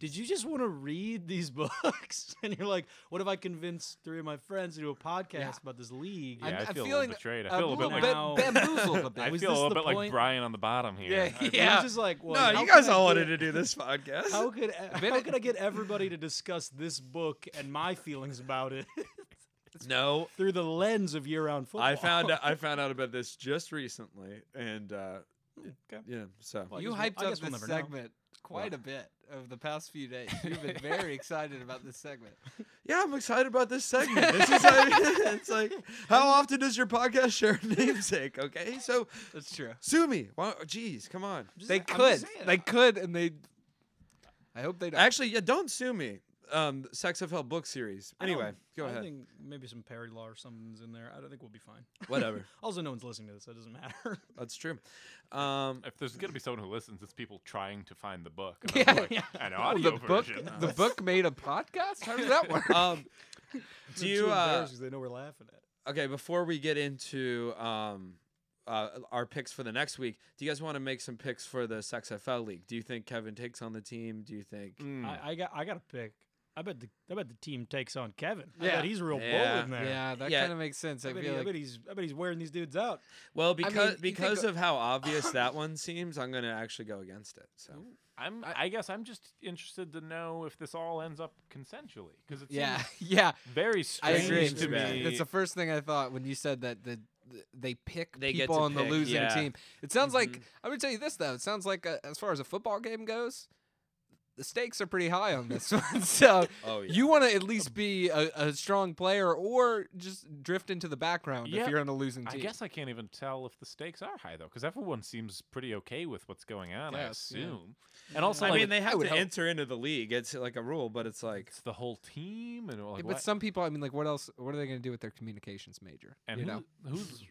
[SPEAKER 3] did you just want to read these books? And you're like, what if I convince three of my friends to do a podcast about this league?
[SPEAKER 2] Yeah, I
[SPEAKER 4] I'm
[SPEAKER 2] feel a little
[SPEAKER 4] feeling
[SPEAKER 2] betrayed. I feel a bit
[SPEAKER 4] little
[SPEAKER 2] like-
[SPEAKER 3] Now-
[SPEAKER 4] bit bamboozled a
[SPEAKER 2] I
[SPEAKER 4] bit.
[SPEAKER 3] was
[SPEAKER 2] feel a
[SPEAKER 3] this
[SPEAKER 2] little
[SPEAKER 3] the
[SPEAKER 2] bit like
[SPEAKER 3] point?
[SPEAKER 2] Brian on the bottom here.
[SPEAKER 4] Yeah,
[SPEAKER 2] I-
[SPEAKER 3] I
[SPEAKER 4] yeah.
[SPEAKER 3] was just like, well,
[SPEAKER 1] no,
[SPEAKER 3] how
[SPEAKER 1] you guys
[SPEAKER 3] could I
[SPEAKER 1] all
[SPEAKER 3] get-
[SPEAKER 1] wanted to do this podcast.
[SPEAKER 3] How could e, how could I get everybody to discuss this book and my feelings about it
[SPEAKER 1] no,
[SPEAKER 3] through the lens of year-round football?
[SPEAKER 1] I found out, I found out about this just recently, and uh,
[SPEAKER 3] Hmm,
[SPEAKER 1] yeah, so
[SPEAKER 3] I guess
[SPEAKER 4] you
[SPEAKER 3] we'll-
[SPEAKER 4] hyped
[SPEAKER 3] I
[SPEAKER 4] up
[SPEAKER 3] guess we'll
[SPEAKER 4] this
[SPEAKER 3] never know.
[SPEAKER 4] segment quite a bit over the past few days. You've been very excited about this segment.
[SPEAKER 1] yeah, I'm excited about this segment. This is like, it's like, how often does your podcast share a namesake? Okay, so
[SPEAKER 4] That's true.
[SPEAKER 1] sue me. Why, geez, come on.
[SPEAKER 4] They
[SPEAKER 3] I'm just
[SPEAKER 4] could.
[SPEAKER 3] saying.
[SPEAKER 4] They could, and they. I hope they don't.
[SPEAKER 1] Actually, yeah, don't sue me. Um, XFL book series.
[SPEAKER 3] I don't-
[SPEAKER 1] Anyway, go
[SPEAKER 3] I
[SPEAKER 1] ahead.
[SPEAKER 3] think maybe some parody law or something's in there. I don't think we'll be fine.
[SPEAKER 1] Whatever,
[SPEAKER 3] Also, no one's listening to this. That doesn't matter.
[SPEAKER 1] that's true. Um,
[SPEAKER 2] If there's gonna be someone who listens, it's people trying to find the book. And I'm like, An audio
[SPEAKER 4] Oh, the book. Uh,
[SPEAKER 2] version.
[SPEAKER 4] The book made a podcast. How does that work?
[SPEAKER 1] um, do you? Uh,
[SPEAKER 3] Because they know we're laughing at. it.
[SPEAKER 1] okay, before we get into um, uh, our picks for the next week, do you guys want to make some picks for the XFL league? Do you think Kevin takes on the team? Do you think?
[SPEAKER 4] Hmm.
[SPEAKER 3] I, I got. I got to pick. I bet the. I bet the team takes on Kevin. I
[SPEAKER 4] Yeah.
[SPEAKER 3] bet he's real
[SPEAKER 1] Yeah.
[SPEAKER 3] bold in there.
[SPEAKER 4] yeah, that
[SPEAKER 1] Yeah.
[SPEAKER 4] kind of makes sense. I,
[SPEAKER 3] I bet, he-
[SPEAKER 4] feel
[SPEAKER 3] I bet
[SPEAKER 4] like
[SPEAKER 3] he's. I bet he's wearing these dudes out.
[SPEAKER 1] Well,
[SPEAKER 4] mean,
[SPEAKER 1] because
[SPEAKER 4] you think
[SPEAKER 1] because
[SPEAKER 4] a-
[SPEAKER 1] of how obvious that one seems, I'm gonna actually go against it. So
[SPEAKER 2] I'm. I guess I'm just interested to know if this all ends up consensually, because it's
[SPEAKER 4] yeah, yeah.
[SPEAKER 2] very
[SPEAKER 4] I
[SPEAKER 2] strange
[SPEAKER 4] agree.
[SPEAKER 2] to me.
[SPEAKER 4] That's the first thing I thought when you said that the, the they pick
[SPEAKER 1] They get
[SPEAKER 4] people
[SPEAKER 1] to
[SPEAKER 4] on
[SPEAKER 1] pick,
[SPEAKER 4] the losing
[SPEAKER 1] yeah.
[SPEAKER 4] team. It sounds like I'm gonna tell you this though. It sounds like uh as far as a football game goes, the stakes are pretty high on this one. So
[SPEAKER 1] Oh, yeah.
[SPEAKER 4] you want to at least be a, a strong player or just drift into the background
[SPEAKER 2] Yeah.
[SPEAKER 4] if you're on the losing
[SPEAKER 2] I
[SPEAKER 4] team.
[SPEAKER 2] guess I can't even tell if the stakes are high though, because everyone seems pretty okay with what's going on. I
[SPEAKER 4] Yes, yeah.
[SPEAKER 2] assume, and also
[SPEAKER 1] I
[SPEAKER 2] like,
[SPEAKER 1] mean, they have
[SPEAKER 4] would
[SPEAKER 1] to
[SPEAKER 4] hope.
[SPEAKER 1] enter into the league. It's like a rule, but it's like
[SPEAKER 2] it's the whole team and like
[SPEAKER 4] Yeah,
[SPEAKER 2] what-
[SPEAKER 4] but some people, I mean, like, what else? What are they gonna do with their communications major?
[SPEAKER 2] and
[SPEAKER 4] you
[SPEAKER 2] who-
[SPEAKER 4] know,
[SPEAKER 2] who's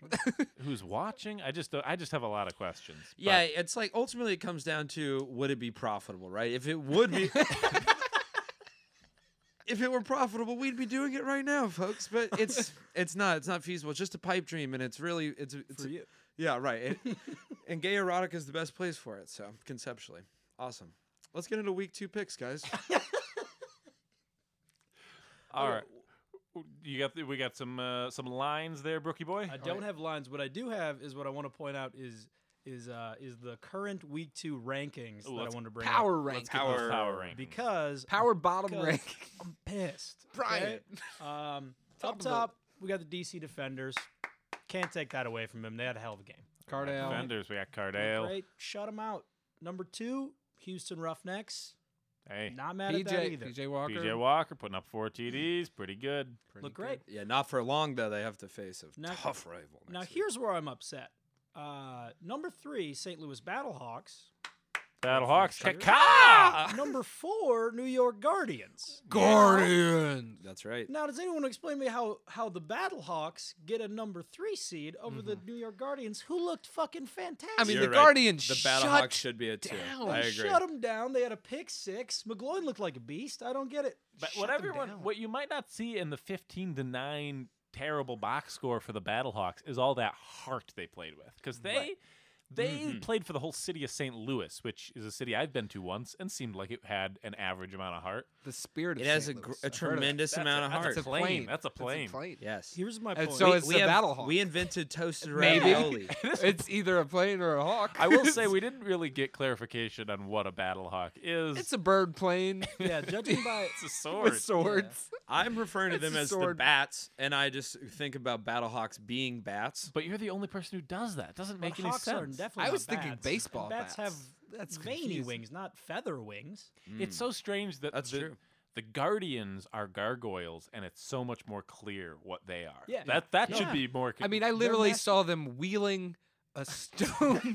[SPEAKER 2] who's watching. I just don't- I just have a lot of questions. but-
[SPEAKER 1] yeah, it's like ultimately it comes down to would it be profitable, right? If it would be. If it were profitable, we'd be doing it right now, folks. But it's it's not. It's not feasible. It's just a pipe dream, and it's really it's it's
[SPEAKER 3] For you.
[SPEAKER 1] yeah right. It, and gay erotica is the best place for it. So conceptually, awesome. Let's get into week two picks, guys.
[SPEAKER 2] all right. You got the, we got some uh, some lines there, Brookie boy.
[SPEAKER 3] I don't have lines. What I do have is what I want to point out is is uh is the current week two rankings that I
[SPEAKER 2] let's
[SPEAKER 3] want to bring up.
[SPEAKER 4] power rank,
[SPEAKER 2] power power rank
[SPEAKER 3] because
[SPEAKER 4] power bottom
[SPEAKER 3] because
[SPEAKER 4] rank.
[SPEAKER 3] I'm pissed.
[SPEAKER 4] Brian.
[SPEAKER 3] okay? Um,
[SPEAKER 4] Top
[SPEAKER 3] up
[SPEAKER 4] of the-
[SPEAKER 3] top, we got the DC Defenders. Can't take that away from them. They had a hell of a game.
[SPEAKER 4] Cardale.
[SPEAKER 2] defenders. We got
[SPEAKER 3] Looked
[SPEAKER 2] Cardale.
[SPEAKER 3] um, Great. Shut them out. Number two, Houston Roughnecks.
[SPEAKER 2] Hey,
[SPEAKER 3] Not mad at that
[SPEAKER 4] PJ,
[SPEAKER 3] either.
[SPEAKER 4] PJ Walker.
[SPEAKER 2] PJ Walker putting up four TDs, pretty good.
[SPEAKER 3] Look great.
[SPEAKER 1] Yeah, not for long though. They have to face a
[SPEAKER 3] Now-
[SPEAKER 1] tough rival.
[SPEAKER 3] Now
[SPEAKER 1] next week.
[SPEAKER 3] here's where I'm upset. Uh, number three, St. Louis Battlehawks.
[SPEAKER 2] Battlehawks,
[SPEAKER 3] Sure.
[SPEAKER 2] ka
[SPEAKER 3] number four, New York Guardians.
[SPEAKER 4] Guardian.
[SPEAKER 1] that's right.
[SPEAKER 3] Now, does anyone explain to me how how the Battlehawks get a number three seed over the New York Guardians, who looked fucking fantastic?
[SPEAKER 4] I mean,
[SPEAKER 1] You're
[SPEAKER 4] the
[SPEAKER 1] right.
[SPEAKER 4] Guardians.
[SPEAKER 1] The
[SPEAKER 4] shut
[SPEAKER 1] Battlehawks should be a two.
[SPEAKER 4] down.
[SPEAKER 1] I
[SPEAKER 3] They
[SPEAKER 1] agree.
[SPEAKER 3] Shut them down. They had a pick six. McGloin looked like a beast. I don't get it.
[SPEAKER 2] But
[SPEAKER 3] Shut
[SPEAKER 2] what
[SPEAKER 3] 'em
[SPEAKER 2] everyone,
[SPEAKER 3] down.
[SPEAKER 2] what you might not see in the fifteen to nine terrible box score for the Battlehawks is all that heart they played with, because they. They
[SPEAKER 3] Mm-hmm.
[SPEAKER 2] played for the whole city of St. Louis, which is a city I've been to once and seemed like it had an average amount of heart.
[SPEAKER 4] The spirit.
[SPEAKER 1] It
[SPEAKER 4] Of
[SPEAKER 1] has a,
[SPEAKER 4] St.
[SPEAKER 1] gr-
[SPEAKER 4] Louis.
[SPEAKER 1] a
[SPEAKER 4] I've heard of
[SPEAKER 1] tremendous
[SPEAKER 2] That's a-
[SPEAKER 1] amount of
[SPEAKER 2] that's
[SPEAKER 1] heart.
[SPEAKER 2] a
[SPEAKER 4] that.
[SPEAKER 2] plane. That's a plane.
[SPEAKER 4] It's a plane.
[SPEAKER 1] yes.
[SPEAKER 3] Here's my
[SPEAKER 4] And
[SPEAKER 3] point.
[SPEAKER 4] so it's
[SPEAKER 1] we
[SPEAKER 4] the
[SPEAKER 1] have-
[SPEAKER 4] Battlehawk.
[SPEAKER 1] We invented toasted
[SPEAKER 4] Maybe.
[SPEAKER 1] ravioli.
[SPEAKER 4] it's either a plane or a hawk.
[SPEAKER 2] I will say we didn't really get clarification on what a Battlehawk is.
[SPEAKER 4] it's a bird plane
[SPEAKER 3] yeah, judging by
[SPEAKER 2] It's a sword.
[SPEAKER 4] with swords.
[SPEAKER 1] I'm referring to
[SPEAKER 4] It's
[SPEAKER 1] them
[SPEAKER 4] a
[SPEAKER 1] as the
[SPEAKER 4] sword.
[SPEAKER 1] bats, and I just think about Battlehawks being bats.
[SPEAKER 2] But you're the only person who does that. doesn't
[SPEAKER 3] but
[SPEAKER 2] make any
[SPEAKER 3] Hawks are
[SPEAKER 2] sense.
[SPEAKER 3] definitely
[SPEAKER 4] I
[SPEAKER 3] not
[SPEAKER 4] was thinking
[SPEAKER 3] bats.
[SPEAKER 4] baseball
[SPEAKER 3] And bats,
[SPEAKER 4] bats.
[SPEAKER 3] have
[SPEAKER 4] That's
[SPEAKER 3] veiny
[SPEAKER 4] confusing.
[SPEAKER 3] wings, not feather wings.
[SPEAKER 2] It's
[SPEAKER 3] Mm.
[SPEAKER 2] so strange that
[SPEAKER 1] That's
[SPEAKER 2] the,
[SPEAKER 1] true.
[SPEAKER 2] the guardians are gargoyles, and it's so much more clear what they are.
[SPEAKER 3] Yeah.
[SPEAKER 2] that that
[SPEAKER 3] Yeah.
[SPEAKER 2] should be more.
[SPEAKER 4] I mean, I literally
[SPEAKER 3] massive.
[SPEAKER 4] saw them wheeling a stone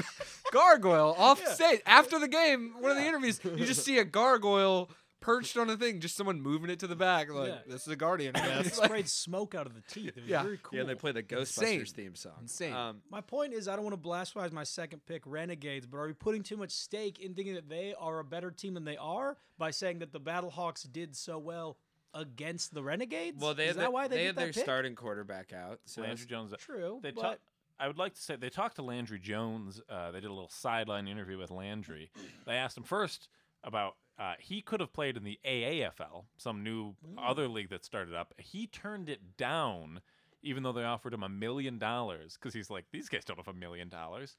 [SPEAKER 4] gargoyle off stage after the game. One of the interviews, you just see a gargoyle perched on a thing, just someone moving it to the back. Like
[SPEAKER 3] Yeah.
[SPEAKER 4] this is a guardian. I
[SPEAKER 3] It
[SPEAKER 4] guess. Like,
[SPEAKER 3] sprayed smoke out of the teeth. It was
[SPEAKER 4] Yeah.
[SPEAKER 3] very cool.
[SPEAKER 1] Yeah, and they play the
[SPEAKER 4] Insane.
[SPEAKER 1] Ghostbusters theme song.
[SPEAKER 4] Insane.
[SPEAKER 1] Um,
[SPEAKER 3] My point is, I don't want to blasphemize my second pick, Renegades, but are we putting too much stake in thinking that they are a better team than they are by saying that the Battlehawks did so well against the Renegades?
[SPEAKER 1] well, they
[SPEAKER 3] is
[SPEAKER 1] had,
[SPEAKER 3] that
[SPEAKER 1] the-
[SPEAKER 3] why they,
[SPEAKER 1] they
[SPEAKER 3] did
[SPEAKER 1] had
[SPEAKER 3] that
[SPEAKER 1] their
[SPEAKER 3] pick?
[SPEAKER 1] starting quarterback out. So
[SPEAKER 2] Landry
[SPEAKER 1] that's-
[SPEAKER 2] Jones.
[SPEAKER 3] True,
[SPEAKER 2] They
[SPEAKER 3] but
[SPEAKER 2] talk. I would like to say they talked to Landry Jones. Uh, they did a little sideline interview with Landry. They asked him first about uh, he could have played in the AAFL, some new other league that started up. He turned it down, even though they offered him a million dollars, because he's like, these guys don't have a million dollars.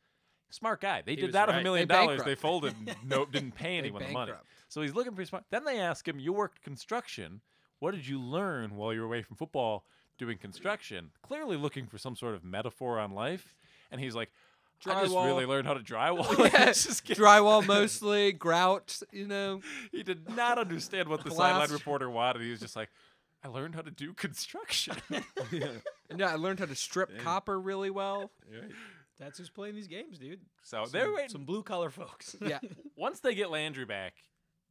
[SPEAKER 2] Smart guy. They did
[SPEAKER 1] was
[SPEAKER 2] that of
[SPEAKER 1] right.
[SPEAKER 2] a million
[SPEAKER 4] They
[SPEAKER 2] dollars. They
[SPEAKER 4] bankrupt.
[SPEAKER 2] folded. and no, didn't pay anyone the money.
[SPEAKER 4] bankrupt.
[SPEAKER 2] So he's looking pretty smart. Then they ask him, "You worked construction. What did you learn while you were away from football doing construction?" Clearly looking for some sort of metaphor on life. And he's like, "I just
[SPEAKER 4] Drywall.
[SPEAKER 2] really learned how to drywall." Just kidding.
[SPEAKER 4] Drywall mostly, grout, you know.
[SPEAKER 2] he did not understand what the sideline
[SPEAKER 4] Plaster.
[SPEAKER 2] reporter wanted. He was just like, "I learned how to do construction."
[SPEAKER 4] And yeah, I learned how to strip copper really well.
[SPEAKER 3] that's who's playing these games, dude.
[SPEAKER 2] so they're waiting.
[SPEAKER 3] Some blue collar folks.
[SPEAKER 4] Yeah.
[SPEAKER 2] Once they get Landry back,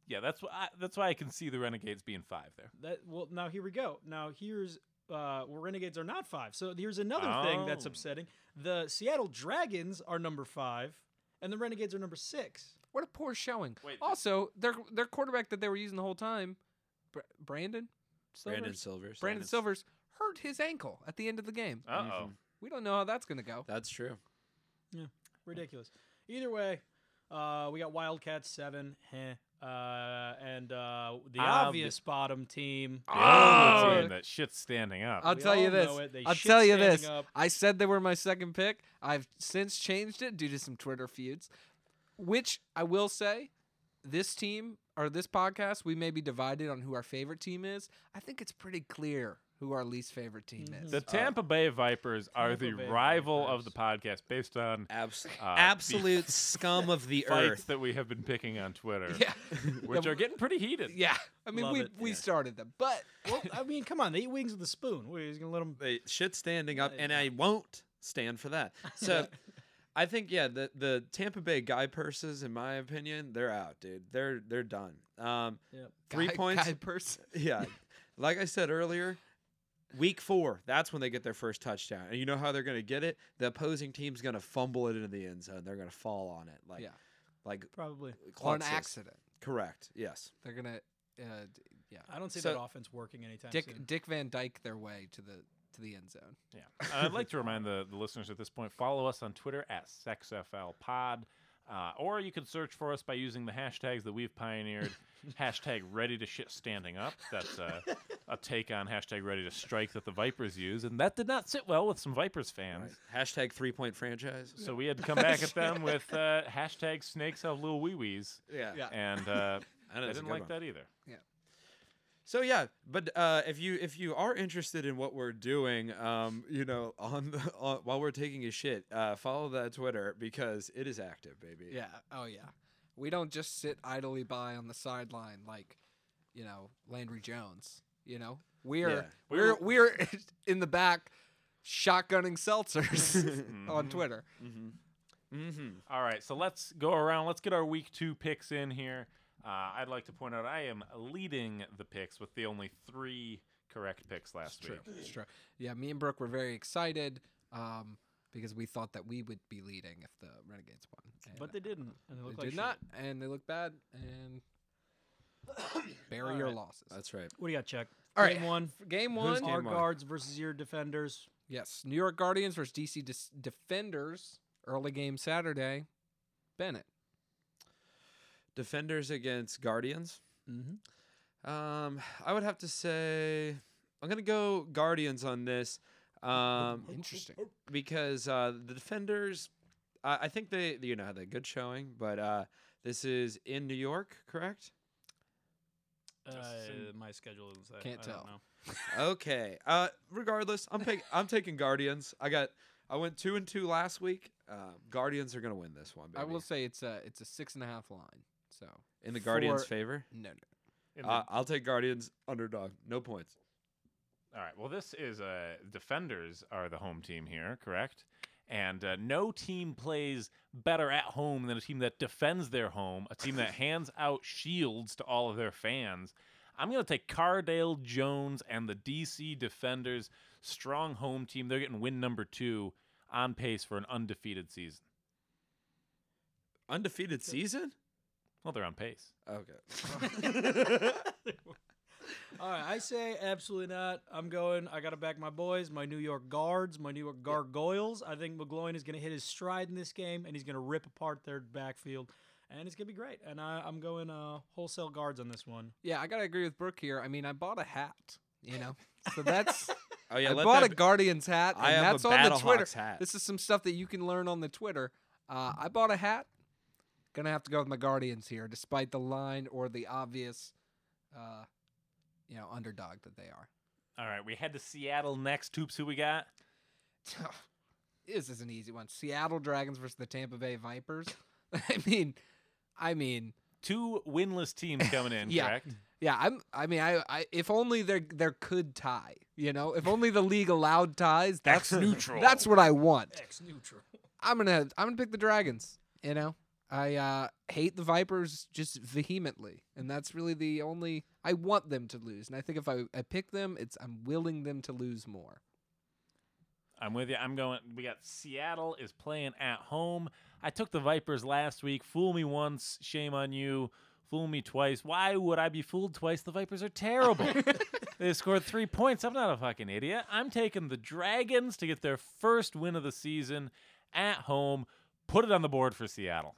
[SPEAKER 2] yeah, that's why. I, that's why I can see the Renegades being five there.
[SPEAKER 3] That well, now here we go. Now here's uh, well, Renegades are not five. So here's another thing that's
[SPEAKER 2] Oh.
[SPEAKER 3] upsetting. The Seattle Dragons are number five, and the Renegades are number six.
[SPEAKER 4] What a poor showing.
[SPEAKER 2] Wait, th-
[SPEAKER 4] also, their their quarterback that they were using the whole time, Br- Brandon Silvers?
[SPEAKER 1] Brandon Silvers.
[SPEAKER 4] Brandon Silvers hurt his ankle at the end of the game.
[SPEAKER 2] Uh oh.
[SPEAKER 4] We don't know how that's going to go.
[SPEAKER 1] That's true.
[SPEAKER 3] Ridiculous. Either way, uh, we got Wildcats seven, heh. Uh, and uh, the
[SPEAKER 4] Ah,
[SPEAKER 2] Ob-
[SPEAKER 3] obvious bottom team.
[SPEAKER 2] Oh,
[SPEAKER 4] Oh.
[SPEAKER 2] team that shit's standing up.
[SPEAKER 4] I'll
[SPEAKER 3] We
[SPEAKER 4] tell you
[SPEAKER 3] all
[SPEAKER 4] this.
[SPEAKER 3] know it. They
[SPEAKER 4] I'll
[SPEAKER 3] shit
[SPEAKER 4] tell you
[SPEAKER 3] standing
[SPEAKER 4] this.
[SPEAKER 3] up.
[SPEAKER 4] I said they were my second pick. I've since changed it due to some Twitter feuds, which I will say, this team or this podcast, we may be divided on who our favorite team is. I think it's pretty clear who our least favorite team
[SPEAKER 3] Mm-hmm.
[SPEAKER 4] is.
[SPEAKER 2] The Tampa Bay Vipers are the
[SPEAKER 3] Tampa Bay
[SPEAKER 2] rival of the
[SPEAKER 3] Vipers.
[SPEAKER 2] podcast based on
[SPEAKER 1] Abs-
[SPEAKER 2] Uh,
[SPEAKER 1] absolute scum of the
[SPEAKER 2] fights
[SPEAKER 1] earth.
[SPEAKER 2] that we have been picking on Twitter,
[SPEAKER 4] yeah,
[SPEAKER 2] which are getting pretty heated.
[SPEAKER 4] yeah. I mean,
[SPEAKER 3] Love
[SPEAKER 4] we
[SPEAKER 3] it.
[SPEAKER 4] we
[SPEAKER 3] Yeah.
[SPEAKER 4] started them, but
[SPEAKER 3] well, I mean, come on, they eat wings with a spoon. We're just gonna let them.
[SPEAKER 1] They shit standing up, and I won't stand for that. So, I think yeah, the the Tampa Bay guy purses, in my opinion, they're out, dude. They're they're done. Um,
[SPEAKER 3] Yep.
[SPEAKER 1] three
[SPEAKER 4] Guy-
[SPEAKER 1] points.
[SPEAKER 4] guy person.
[SPEAKER 1] Yeah, like I said earlier. Week four, that's when they get their first touchdown, and you know how they're going to get it. The opposing team's going to fumble it into the end zone. They're going to fall on it, like,
[SPEAKER 4] Yeah.
[SPEAKER 1] like
[SPEAKER 3] Probably.
[SPEAKER 4] on
[SPEAKER 1] Klutz says.
[SPEAKER 4] accident.
[SPEAKER 1] Correct. Yes.
[SPEAKER 4] They're gonna, uh, d- yeah.
[SPEAKER 3] I don't see
[SPEAKER 1] So-
[SPEAKER 3] that offense working anytime soon.
[SPEAKER 4] Dick Dick Van Dyke their way to the to the end zone.
[SPEAKER 2] Yeah. And I'd like to remind the, the listeners at this point follow us on Twitter at SexFLPod, uh, or you can search for us by using the hashtags that we've pioneered. hashtag ready to shit standing up. That's uh, a take on hashtag ready to strike that the Vipers use. And that did not sit well with some Vipers fans.
[SPEAKER 1] Hashtag three point franchise.
[SPEAKER 2] So we had to come back at them with uh, hashtag snakes have little wee wees.
[SPEAKER 1] Yeah.
[SPEAKER 4] Yeah.
[SPEAKER 2] And uh,
[SPEAKER 1] I know,
[SPEAKER 2] I
[SPEAKER 1] it's a
[SPEAKER 2] didn't
[SPEAKER 1] good
[SPEAKER 2] like
[SPEAKER 1] one.
[SPEAKER 2] that either.
[SPEAKER 1] So yeah, but uh, if you if you are interested in what we're doing, um, you know, on the on, while we're taking a shit, uh, follow that Twitter because it is active, baby.
[SPEAKER 4] Yeah. Oh yeah. We don't just sit idly by on the sideline like, you know, Landry Jones. You know, we're
[SPEAKER 1] Yeah.
[SPEAKER 4] we're we're in the back, shotgunning seltzers on Twitter.
[SPEAKER 1] Mm-hmm.
[SPEAKER 2] All right, so let's go around. Let's get our week two picks in here. Uh, I'd like to point out I am leading the picks with the only three correct picks last week.
[SPEAKER 4] It's true. Yeah, me and Brooke were very excited um, because we thought that we would be leading if the Renegades won. And
[SPEAKER 3] but they didn't, and they
[SPEAKER 4] they
[SPEAKER 3] look
[SPEAKER 4] did
[SPEAKER 3] like shit.
[SPEAKER 4] not, and they look bad, and bury your losses.
[SPEAKER 1] that's right.
[SPEAKER 3] What do you got, Chuck?
[SPEAKER 4] All right.
[SPEAKER 3] Game one.
[SPEAKER 4] game one.
[SPEAKER 3] Our
[SPEAKER 1] one?
[SPEAKER 3] guards versus your defenders.
[SPEAKER 4] Yes, New York Guardians versus DC Dis- Defenders. Early game Saturday. Bennett.
[SPEAKER 1] Defenders against Guardians.
[SPEAKER 3] Mm-hmm.
[SPEAKER 1] Um, I would have to say I'm gonna go Guardians on this. Um,
[SPEAKER 4] Interesting.
[SPEAKER 1] because uh, the defenders, I, I think they you know had a good showing, but uh, this is in New York, correct?
[SPEAKER 3] Uh,
[SPEAKER 2] Justin.
[SPEAKER 3] my schedule is I,
[SPEAKER 4] Can't
[SPEAKER 3] I don't
[SPEAKER 4] tell.
[SPEAKER 3] know.
[SPEAKER 1] okay. Uh, regardless, I'm pick, I'm taking Guardians. I got I went two and two last week. Uh, Guardians are gonna win this one. Baby.
[SPEAKER 4] I will say it's a it's a six and a half line. So
[SPEAKER 1] in the Guardians'
[SPEAKER 4] for-
[SPEAKER 1] favor.
[SPEAKER 4] no, no.
[SPEAKER 2] In the-
[SPEAKER 1] Uh, I'll take Guardians underdog. No points.
[SPEAKER 2] all right, well, this is uh, defenders are the home team here, correct? And uh, no team plays better at home than a team that defends their home, a team that hands out shields to all of their fans. I'm going to take Cardale Jones and the DC Defenders, strong home team. They're getting win number two on pace for an undefeated season.
[SPEAKER 1] Undefeated season?
[SPEAKER 2] Well, they're on pace.
[SPEAKER 1] Okay.
[SPEAKER 3] All right, I say absolutely not. I'm going. I got to back my boys, my New York guards, my New York gargoyles. I think McGloin is going to hit his stride in this game, and he's going to rip apart their backfield, and it's going to be great. And I, I'm going uh, wholesale guards on this one.
[SPEAKER 4] Yeah, I gotta agree with Brooke here. I mean, I bought a hat, you know, so that's
[SPEAKER 1] Oh yeah,
[SPEAKER 4] I
[SPEAKER 1] let
[SPEAKER 4] bought
[SPEAKER 1] that
[SPEAKER 4] a
[SPEAKER 1] be-
[SPEAKER 4] Guardians hat, and
[SPEAKER 1] I have a
[SPEAKER 4] that's on the
[SPEAKER 1] Battlehawks
[SPEAKER 4] Twitter.
[SPEAKER 1] hat.
[SPEAKER 4] This is some stuff that you can learn on the Twitter. Uh, I bought a hat. Gonna have to go with my Guardians here, despite the line or the obvious, uh, you know, underdog that they are.
[SPEAKER 2] All right, we head to Seattle next. Hoops, who we got?
[SPEAKER 4] this is an easy one. Seattle Dragons versus the Tampa Bay Vipers. I mean, I mean,
[SPEAKER 2] Two winless teams coming in,
[SPEAKER 4] Yeah.
[SPEAKER 2] correct?
[SPEAKER 4] yeah. I'm. I mean, I. I if only there there could tie. You know, if only the league allowed ties. That's
[SPEAKER 2] neutral.
[SPEAKER 4] That's what I want.
[SPEAKER 3] X neutral.
[SPEAKER 4] I'm gonna I'm gonna pick the Dragons. You know, I uh, hate the Vipers just vehemently, and that's really the only I want them to lose. And I think if I, I pick them, it's I'm willing them to lose more.
[SPEAKER 2] I'm with you. I'm going. We got Seattle is playing at home. I took the Vipers last week. Fool me once, shame on you. Fool me twice. Why would I be fooled twice? The Vipers are terrible. they scored three points. I'm not a fucking idiot. I'm taking the Dragons to get their first win of the season at home. Put it on the board for Seattle.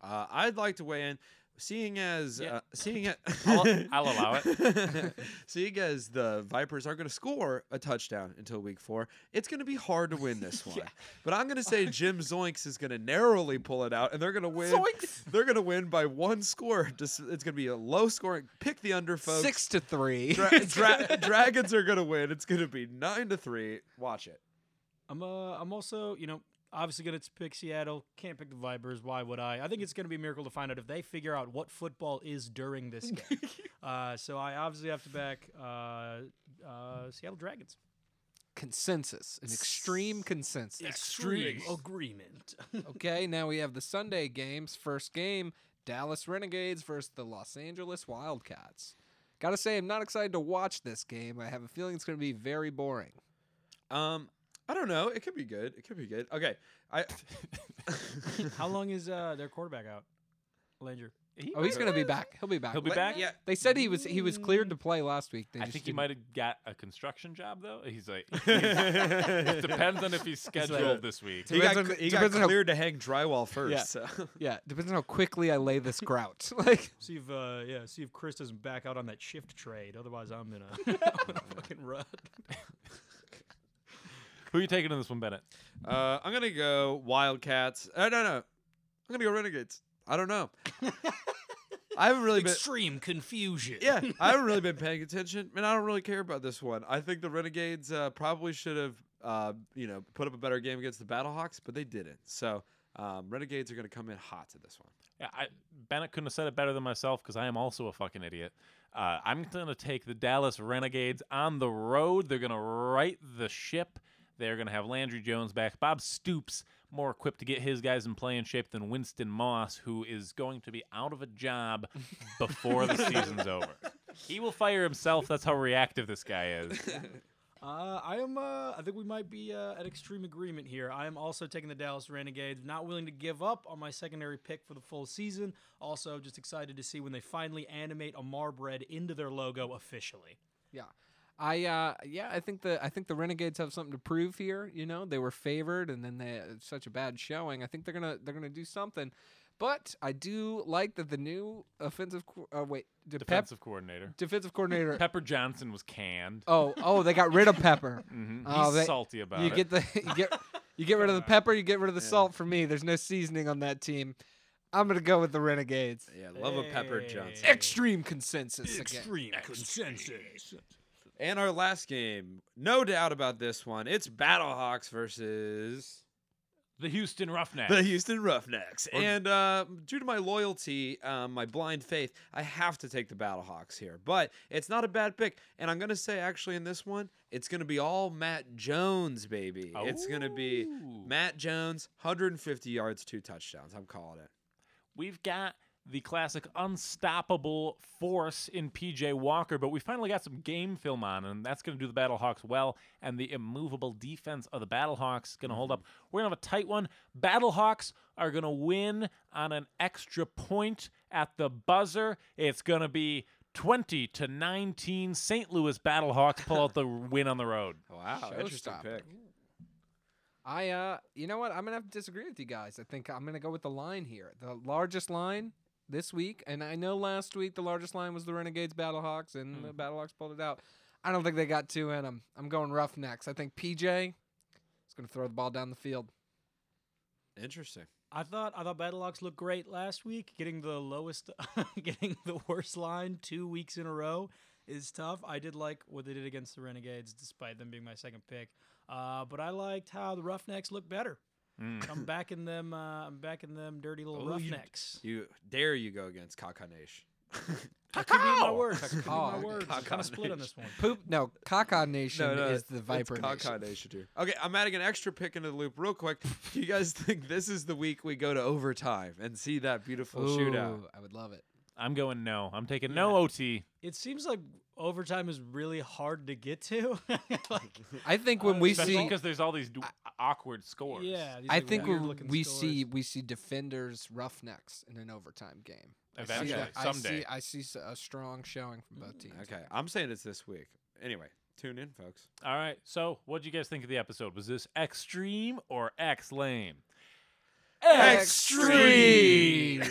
[SPEAKER 1] Uh, I'd like to weigh in, seeing as
[SPEAKER 2] Yeah.
[SPEAKER 1] uh, seeing it,
[SPEAKER 2] I'll- I'll allow
[SPEAKER 1] it. seeing as the Vipers are going to score a touchdown until Week Four, it's going to be hard to win this one. But I'm going to say Jim Zoinks is going to narrowly pull it out, and they're going to win. They're going to win by one score. Just- It's going to be a low scoring. Pick the under, folks.
[SPEAKER 4] Six to three.
[SPEAKER 1] Dra- dra- dragons are going to win. It's going to be nine to three. Watch it.
[SPEAKER 3] I'm uh, I'm also, you know, obviously gonna pick Seattle. Can't pick the Vipers. Why would I? I think it's gonna be a miracle to find out if they figure out what football is during this game. uh, so I obviously have to back uh, uh, Seattle Dragons.
[SPEAKER 4] consensus, an extreme consensus.
[SPEAKER 3] Extreme agreement.
[SPEAKER 4] Okay, now we have the Sunday games. First game, Dallas Renegades versus the Los Angeles Wildcats. Gotta say, I'm not excited to watch this game. I have a feeling it's gonna be very boring.
[SPEAKER 1] Um, I don't know. It could be good. It could be good. Okay, I.
[SPEAKER 3] How long is uh, their quarterback out? Langer.
[SPEAKER 4] Oh, he's gonna be back. He'll be back.
[SPEAKER 2] He'll be
[SPEAKER 1] Let-
[SPEAKER 2] back. Mm.
[SPEAKER 1] Yeah,
[SPEAKER 4] They said he was he was cleared to play last week. They
[SPEAKER 2] I
[SPEAKER 4] just
[SPEAKER 2] think he
[SPEAKER 4] didn't-
[SPEAKER 2] might have got a construction job though. He's like, it depends on if he's scheduled this week.
[SPEAKER 1] He got,
[SPEAKER 4] Depends on-
[SPEAKER 1] cl- he got
[SPEAKER 4] depends on how-
[SPEAKER 1] cleared to hang drywall first.
[SPEAKER 4] Yeah.
[SPEAKER 1] So.
[SPEAKER 4] Yeah, depends on how quickly I lay this grout. like,
[SPEAKER 3] See if uh, yeah, see if Chris doesn't back out on that shift trade. Otherwise, I'm in a, I'm in a fucking rut.
[SPEAKER 2] Who are you taking in this one, Bennett?
[SPEAKER 1] Uh, I'm gonna go Wildcats. Uh, no, no, I'm gonna go Renegades. I don't know. I haven't really been.
[SPEAKER 3] Extreme confusion.
[SPEAKER 1] Yeah, I haven't really been paying attention, and I don't really care about this one. I think the Renegades uh, probably should have, uh, you know, put up a better game against the Battlehawks, but they didn't. So um, Renegades are gonna come in hot to this one.
[SPEAKER 2] Yeah, I, Bennett couldn't have said it better than myself because I am also a fucking idiot. Uh, I'm going to take the Dallas Renegades on the road. They're going to right the ship. They're going to have Landry Jones back. Bob Stoops more equipped to get his guys in playing shape than Winston Moss, who is going to be out of a job before the season's over. He will fire himself. That's how reactive this guy is.
[SPEAKER 3] Uh, I am. Uh, I think we might be uh, at extreme agreement here. I am also taking the Dallas Renegades. Not willing to give up on my secondary pick for the full season. Also, just excited to see when they finally animate a Marbred into their logo officially.
[SPEAKER 4] yeah, I uh, yeah, I think the I think the Renegades have something to prove here. You know, they were favored, and then they it's such a bad showing. I think they're gonna they're gonna do something. But I do like that the new offensive co- uh, wait the Pep-
[SPEAKER 2] Defensive coordinator.
[SPEAKER 4] defensive coordinator.
[SPEAKER 2] Pepper Johnson was canned.
[SPEAKER 4] oh oh, they got rid of Pepper.
[SPEAKER 2] Mhm.
[SPEAKER 4] Oh,
[SPEAKER 2] He's
[SPEAKER 4] they-
[SPEAKER 2] salty about
[SPEAKER 4] you
[SPEAKER 2] it.
[SPEAKER 4] get the you get you get rid of the pepper, you get rid of the salt. For me, there's no seasoning on that team. I'm gonna go with the Renegades.
[SPEAKER 1] Yeah, love a Pepper Johnson.
[SPEAKER 3] Hey.
[SPEAKER 4] Extreme consensus again.
[SPEAKER 3] consensus.
[SPEAKER 1] And our last game, no doubt about this one. It's Battlehawks versus
[SPEAKER 2] The Houston Roughnecks.
[SPEAKER 1] The Houston Roughnecks. and uh, due to my loyalty, um, my blind faith, I have to take the Battlehawks here. But it's not a bad pick. And I'm going to say, actually, in this one, it's going to be all Matt Jones, baby. It's going to be
[SPEAKER 2] Ooh.
[SPEAKER 1] Matt Jones, 150 yards, two touchdowns. I'm calling it.
[SPEAKER 2] We've got the classic unstoppable force in PJ Walker, but we finally got some game film on, and that's going to do the Battlehawks well. And the immovable defense of the Battlehawks is going to hold
[SPEAKER 4] Mm-hmm.
[SPEAKER 2] up. We're going to have a tight one. Battlehawks are going to win on an extra point at the buzzer. It's going to be 20 to 19. St. Louis Battlehawks pull out the win on the road.
[SPEAKER 1] Wow. Interesting
[SPEAKER 4] Showstopper.
[SPEAKER 1] pick.
[SPEAKER 4] I uh, you know what? I'm gonna have to disagree with you guys. I think I'm gonna go with the line here. The largest line this week, and I know last week the largest line was the Renegades Battlehawks, and the Battlehawks pulled it out. I don't think they got two in them. I'm going Roughnecks. I think PJ is gonna throw the ball down the field.
[SPEAKER 1] Interesting.
[SPEAKER 3] I thought I thought Battlehawks looked great last week. Getting the lowest, getting the worst line two weeks in a row is tough. I did like what they did against the Renegades, despite them being my second pick. Uh, but I liked how the Roughnecks looked better. I'm backing them. Uh, I'm backing them, dirty little
[SPEAKER 1] Oh, you d-
[SPEAKER 3] Roughnecks.
[SPEAKER 1] You dare you go against Kakanesh.
[SPEAKER 3] That could be my words. That could be my
[SPEAKER 4] Cock.
[SPEAKER 3] words. I'm kind of split on this one.
[SPEAKER 4] Poop? No, Caca Nation is the
[SPEAKER 1] it's
[SPEAKER 4] Viper
[SPEAKER 1] Cockeye
[SPEAKER 4] Nation.
[SPEAKER 1] Nation, too. Okay, I'm adding an extra pick into the loop real quick. Do you guys think this is the week we go to overtime and see that beautiful shootout?
[SPEAKER 4] Ooh, I would love it.
[SPEAKER 2] I'm going no. I'm taking no OT.
[SPEAKER 3] It seems like overtime is really hard to get to. like,
[SPEAKER 4] I think when we
[SPEAKER 2] Especially
[SPEAKER 4] see,
[SPEAKER 2] because there's all these d- awkward scores.
[SPEAKER 3] yeah. these,
[SPEAKER 4] I
[SPEAKER 3] like,
[SPEAKER 4] think when
[SPEAKER 3] weird-looking
[SPEAKER 4] we
[SPEAKER 3] scores.
[SPEAKER 4] see we see defenders Roughnecks in an overtime game. I see
[SPEAKER 2] Eventually,
[SPEAKER 4] that- I
[SPEAKER 2] someday.
[SPEAKER 4] see, I see s- a strong showing from both teams.
[SPEAKER 1] Okay, I'm saying it's this week. Anyway, tune in, folks.
[SPEAKER 2] All right. So, what did you guys think of the episode? Was this extreme or X lame?
[SPEAKER 4] Extreme.